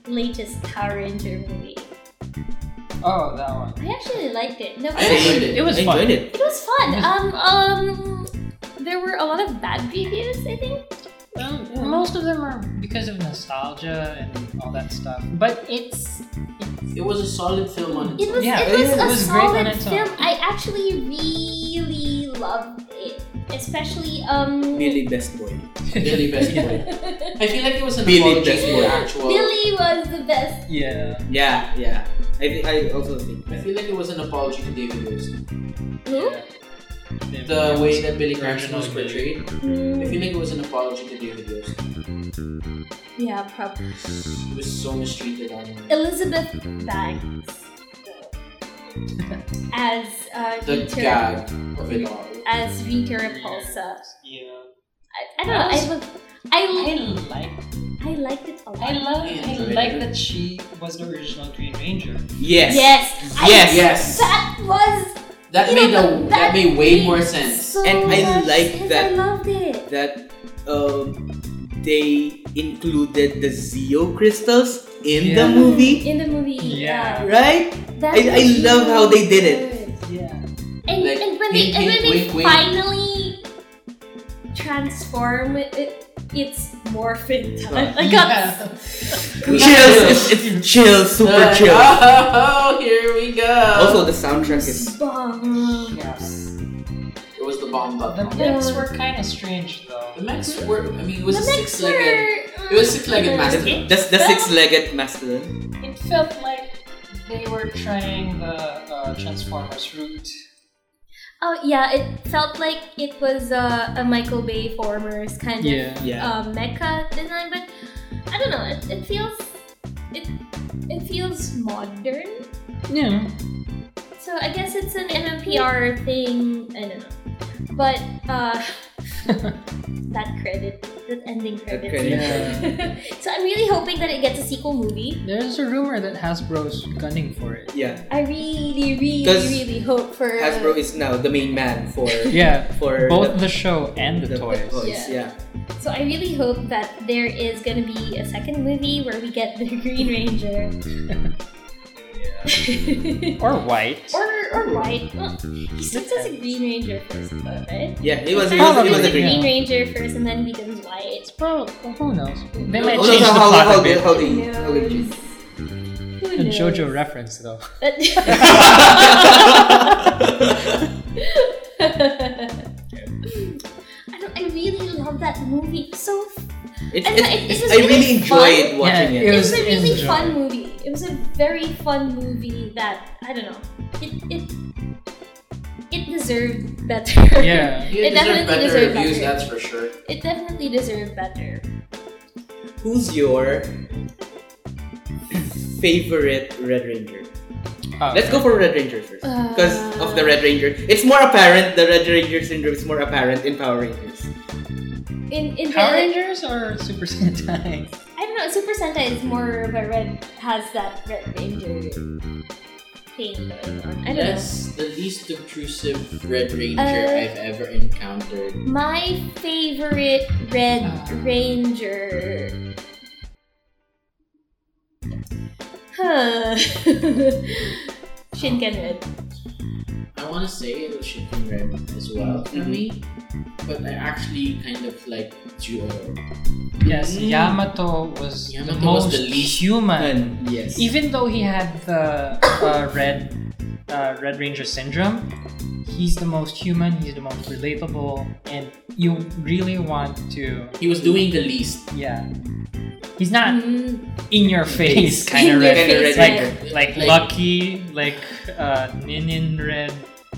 S3: latest Power Ranger movie?
S5: Oh, that one.
S3: I actually liked it. No,
S1: I enjoyed
S5: It was
S2: I
S5: fun.
S2: enjoyed it.
S3: It was fun. Um, um, there were a lot of bad reviews. I think.
S5: Um, most of them are because of nostalgia and all that stuff. But it's
S1: It was a solid film on its
S3: It was.
S5: Yeah,
S3: it was
S5: it
S3: a
S5: was great on
S3: solid
S5: its own.
S3: film. I actually really loved it, especially um.
S2: Really best boy.
S1: really best boy.
S3: Billy
S1: I feel like it was an
S2: Billy
S1: apology
S2: Best
S1: for
S2: Boy.
S1: actual.
S3: was the best.
S5: yeah.
S2: Yeah, yeah. I think I also think
S1: I
S2: that.
S1: feel like it was an apology to David Wilson.
S3: Who?
S1: The way that Billy Crystal was
S5: Original Billy.
S1: portrayed, I feel like it was an apology to David Wilson.
S3: Yeah, probably.
S1: He was so mistreated on
S3: Elizabeth Banks. though, As uh,
S1: the
S3: Vita,
S1: gag of it all.
S3: as Vita Repulsa.
S5: Yeah.
S3: I, I don't know. I love. I,
S5: I like
S3: I liked it a lot.
S5: I love I
S1: Android.
S5: like that she was the original Green Ranger.
S2: Yes.
S3: Yes. I-
S2: Yes.
S1: Yes.
S3: That was.
S1: That
S3: You
S1: made
S3: know,
S1: a,
S3: that
S1: that made way
S3: made
S1: more sense.
S3: So
S2: And I
S3: much
S2: like
S3: sense.
S2: that-
S3: I loved it.
S2: That um they included the Zeo crystals in the
S5: Yeah.
S2: movie.
S3: In the movie. Yeah.
S5: Yeah.
S2: Right?
S3: That
S2: I- I
S3: was
S2: love how they did it.
S3: good.
S5: Yeah.
S3: And,
S1: Like,
S3: and when they,
S1: wink,
S3: and when
S1: wink,
S3: they
S1: wink, wink.
S3: finally transform it, it it's morphin time. I
S5: Yeah.
S3: got
S1: We-
S2: Chills. It's, it's chill, super
S1: Uh,
S2: chill.
S5: Ah.
S1: Oh, here we go.
S2: Also the soundtrack is
S3: bomb.
S5: yeah.
S1: it was the bomb
S5: The
S1: button.
S5: mechs were kind of strange though.
S1: The mechs were. I mean, it was
S3: the
S1: a
S3: next
S1: six-legged.
S3: were,
S1: It was six-legged
S3: uh,
S1: master.
S2: that's the six-legged masculine.
S5: It felt like they were trying the uh, Transformers route.
S3: Oh yeah, it felt like it was uh, a Michael Bay Formers kind of
S5: Ah.
S2: Yeah.
S3: uh, mecha design, but I don't know. It, it feels it it feels modern.
S5: Yeah.
S3: So I guess it's an MMPR thing. I don't know, but uh, that credit, that ending credit.
S2: credit.
S5: yeah.
S3: so I'm really hoping that it gets a sequel movie.
S5: There's a rumor that Hasbro's gunning for it.
S2: Yeah.
S3: I really, really,
S2: 'Cause
S3: really hope for
S2: Hasbro is now the main man for
S5: Yeah.
S2: for
S5: Both the show and the,
S2: the
S5: toys.
S2: toys, Yeah.
S3: So I really hope that there is gonna be a second movie where we get the Green Ranger
S5: Or white.
S3: or or White. Well, he starts as a Green Ranger first, though, right?
S2: Yeah, it was it was,
S3: Starts
S2: it
S3: as
S2: was
S3: a
S2: a great.
S3: Green Ranger first, and then becomes White.
S5: Well, who knows? They
S1: Who
S5: might
S1: knows
S5: change the
S2: how, how,
S5: plot
S2: how,
S5: a
S2: they-
S5: bit.
S2: how they how they change.
S3: Who
S5: A
S3: knows?
S5: JoJo reference, though.
S3: I, don't, I really love that movie. So
S2: It,
S3: I
S2: it,
S3: don't know, it- it's just
S2: I
S3: really
S2: really enjoyed
S3: fun.
S2: watching
S5: Yeah,
S2: it.
S3: it
S5: It
S3: was,
S5: was
S3: a really
S5: enjoy-
S3: fun movie. It was a very fun movie that I don't know. It it it deserved better.
S5: Yeah.
S1: He deserved
S3: It definitely
S1: better
S3: deserved
S1: reviews,
S3: better.
S1: that's for sure.
S3: It definitely deserved better.
S2: who's your favorite Red Ranger? Let's go for Red Ranger first. Because of the Red Ranger. It's more apparent, the Red Ranger syndrome is more apparent in Power Rangers.
S3: Uh, In in
S5: Power
S3: the,
S5: Rangers or Super Sentai?
S3: I don't know. Super Sentai is more of a red has that red ranger thing going on. I don't
S1: That's the least obtrusive Red Ranger
S3: Uh,
S1: I've ever encountered.
S3: know. My favorite red ranger. Huh. Shinken Red.
S1: I want to say it was Shipping Red as well for
S5: Mm-hmm.
S2: Mhm.
S1: me, but I actually kind of like Duo.
S5: Yes,
S2: Mm.
S5: Yamato was the
S1: Yamato was
S5: most
S1: the least
S5: human.
S2: And yes.
S5: Even though he had the uh, red uh, Red Ranger syndrome, he's the most human. He's the most relatable, and you really want to.
S1: He was doing the least.
S5: Yeah, he's not
S3: Mm,
S5: in your face kind
S3: In
S5: of
S3: your
S5: red.
S2: Kinda red
S3: face, Red.
S5: Like like
S1: Like-
S5: Lucky, like uh, Ninin Red,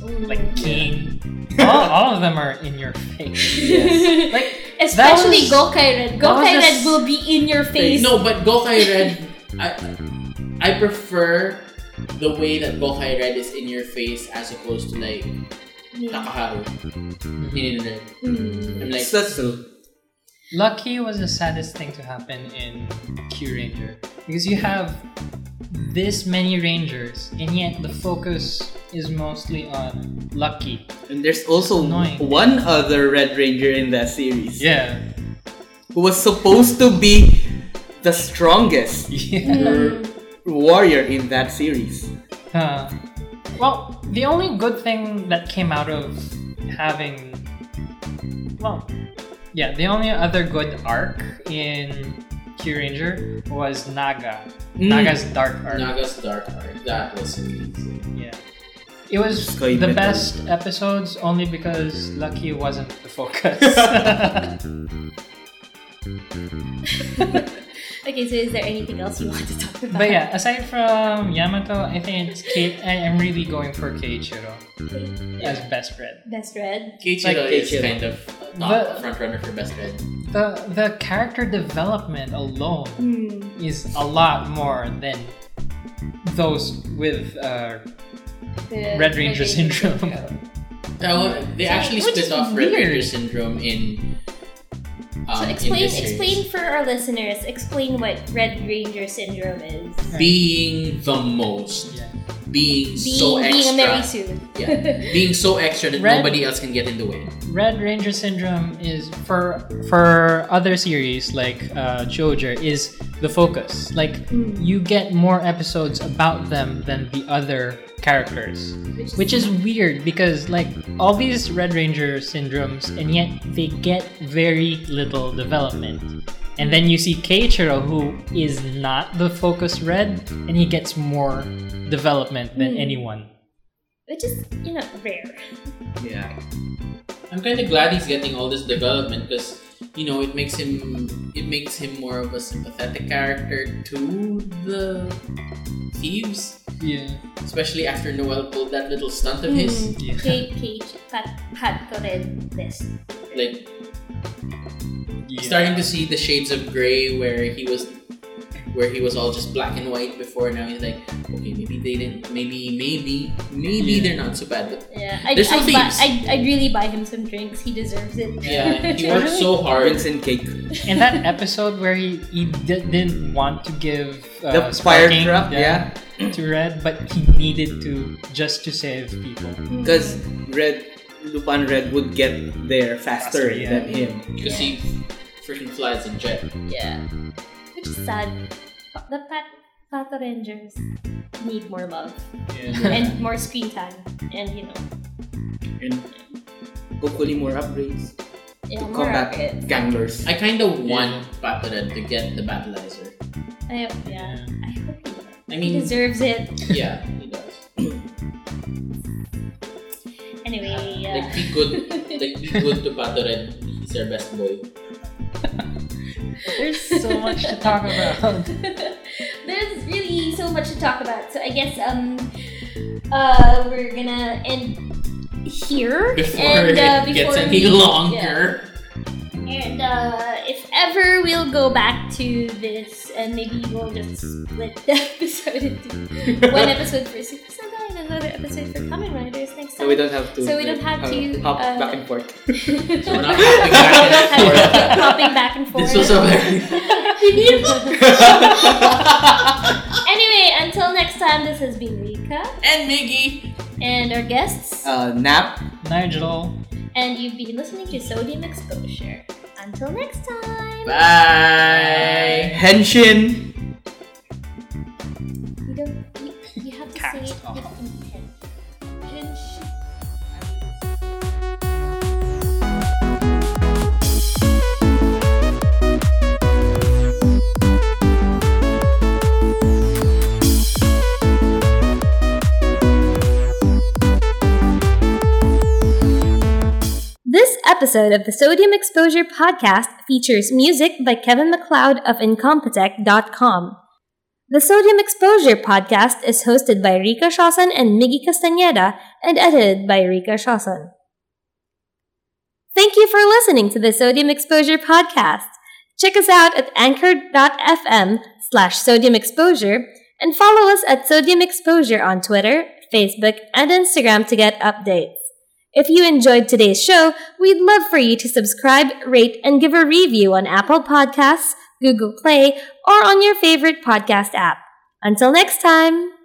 S3: Mm.
S5: like King. all, all of them are in your face. Like,
S3: Especially
S5: was-
S3: Gokai Red.
S5: that was
S3: Gokai
S5: just-
S3: Red will be in your face.
S1: No, but Gokai Red, I, I prefer the way that Gokai Red is in your face as opposed to like
S3: Yeah.
S1: Takaharu
S5: Mm-hmm.
S1: in Red.
S3: Mm.
S1: I'm like,
S2: Setsu.
S5: Lucky was the saddest thing to happen in Q Ranger because you have this many rangers and yet the focus is mostly on Lucky.
S2: And there's also
S5: Annoying.
S2: one other Red Ranger in that series.
S5: Yeah.
S2: Who was supposed to be the strongest
S5: Yeah.
S3: Mm.
S2: warrior in that series.
S5: Uh, well, the only good thing that came out of having well, yeah, the only other good arc in Q Ranger was Naga.
S2: Mm. Hmm.
S5: Naga's dark arc.
S1: Naga's Dark Art. That was amazing.
S5: Yeah. It was
S2: Sky
S5: the
S2: Metal.
S5: best episodes only because Lucky wasn't the focus.
S3: Okay, so is there anything else you want to talk about?
S5: but yeah, aside from Yamato, I think it's Kate. I am really going for Keiichiro as best red.
S3: Best Red.
S1: Keiichiro
S5: Like
S1: is
S2: Keiichiro.
S1: kind of not
S5: But-
S1: front runner for best red.
S5: The the character development alone
S3: Mm.
S5: is a lot more than those with uh,
S3: The
S5: Red Ranger syndrome.
S1: That one- they
S5: Yeah,
S1: actually
S5: which
S1: split
S5: is
S1: off Red Ranger
S5: weird.
S1: syndrome in. Um,
S3: so
S1: in
S3: explain,
S1: this series.
S3: explain for our listeners. Explain what Red Ranger syndrome is.
S1: being the most,
S5: yeah.
S1: being,
S3: Being,
S1: so extra,
S3: being a Mary Sue.
S1: Yeah. being so extra that
S5: Red-
S1: nobody else can get in the way.
S5: Red Ranger syndrome is for for other series like uh, JoJo is the focus. Like
S3: Mm.
S5: you get more episodes about them than the other characters, which is weird because like all these Red Ranger syndromes, and yet they get very little development. And then you see Keiichiro, who is not the focus Red, and he gets more development than
S3: Hmm.
S5: anyone.
S3: Which is, you know, rare.
S2: Yeah.
S1: I'm kind of glad he's getting all this development because you know it makes him it makes him more of a sympathetic character to the thieves,
S5: Yeah.
S1: especially after Noel pulled that little stunt of his.
S3: Mm. Kate Cage, Pat, Pat Torres. This.
S1: Like starting to see the shades of gray where he was where he was all just black and white before now he's like okay maybe they didn't maybe maybe maybe
S5: Yeah.
S1: they're not so bad but
S3: Yeah, I'd,
S1: There's no
S3: I'd, buy,
S1: thieves.
S3: I'd, I'd really buy him some drinks. He deserves it.
S1: yeah he worked so hard
S2: Vincent Cake.
S5: in that episode where he, he di- didn't want to give uh,
S2: the fire
S5: sparking,
S2: trap, yeah.
S5: to Red, but he needed to just to save people.
S2: Because Red Lupin Red would get there faster
S5: Faster, yeah.
S2: than him.
S1: because he freaking flies in jet
S3: Yeah. Which is sad. Pa- The Pat, Pat Rangers need more love and more screen time and, you know,
S2: And hopefully more upgrades.
S3: yeah,
S2: to
S3: more
S2: combat
S3: rockets.
S2: ganglers.
S1: I kind of want Pataran to get the battleizer
S3: I, yeah. I hope he does.
S1: I
S3: He
S1: mean
S3: deserves it.
S1: yeah he does
S3: Anyway,
S1: like
S3: yeah.
S1: be good like be good to Pataran he's our best boy
S5: There's so much to talk about.
S3: There's really so much to talk about. So I guess um uh we're gonna end here
S1: before
S3: and uh,
S1: it
S3: before
S1: gets any
S3: we-
S1: longer
S3: And uh, if ever we'll go back to this and maybe we'll just split the episode into one episode for Super Sentai and another episode for Kamen Riders next time.
S2: So we don't have to.
S3: So we don't have
S2: uh,
S3: to,
S2: hop
S3: uh,
S2: back and forth.
S1: So we're not hopping back and
S3: Have
S1: forth.
S3: to keep hopping back and forth.
S1: This was a very.
S3: anyway, until next time, this has been Rika
S1: And Miggy!
S3: and our guests,
S2: Uh, nap.
S5: Nigel.
S3: and you've been listening to Sodium Exposure. Until next time,
S1: Bye!
S2: Henshin.
S3: you don't you, you have to say it
S5: Cast
S3: with
S5: off.
S3: intent. Pinch. This episode of the Sodium Exposure podcast features music by Kevin McLeod of Incompetech.com. The Sodium Exposure podcast is hosted by Rika Shawson and Miggy Castañeda and edited by Rika Shawson. Thank you for listening to the Sodium Exposure podcast. Check us out at anchor.fm slash sodium exposure and follow us at Sodium Exposure on Twitter, Facebook, and Instagram to get updates. If you enjoyed today's show, we'd love for you to subscribe, rate, and give a review on Apple Podcasts, Google Play, or on your favorite podcast app. Until next time!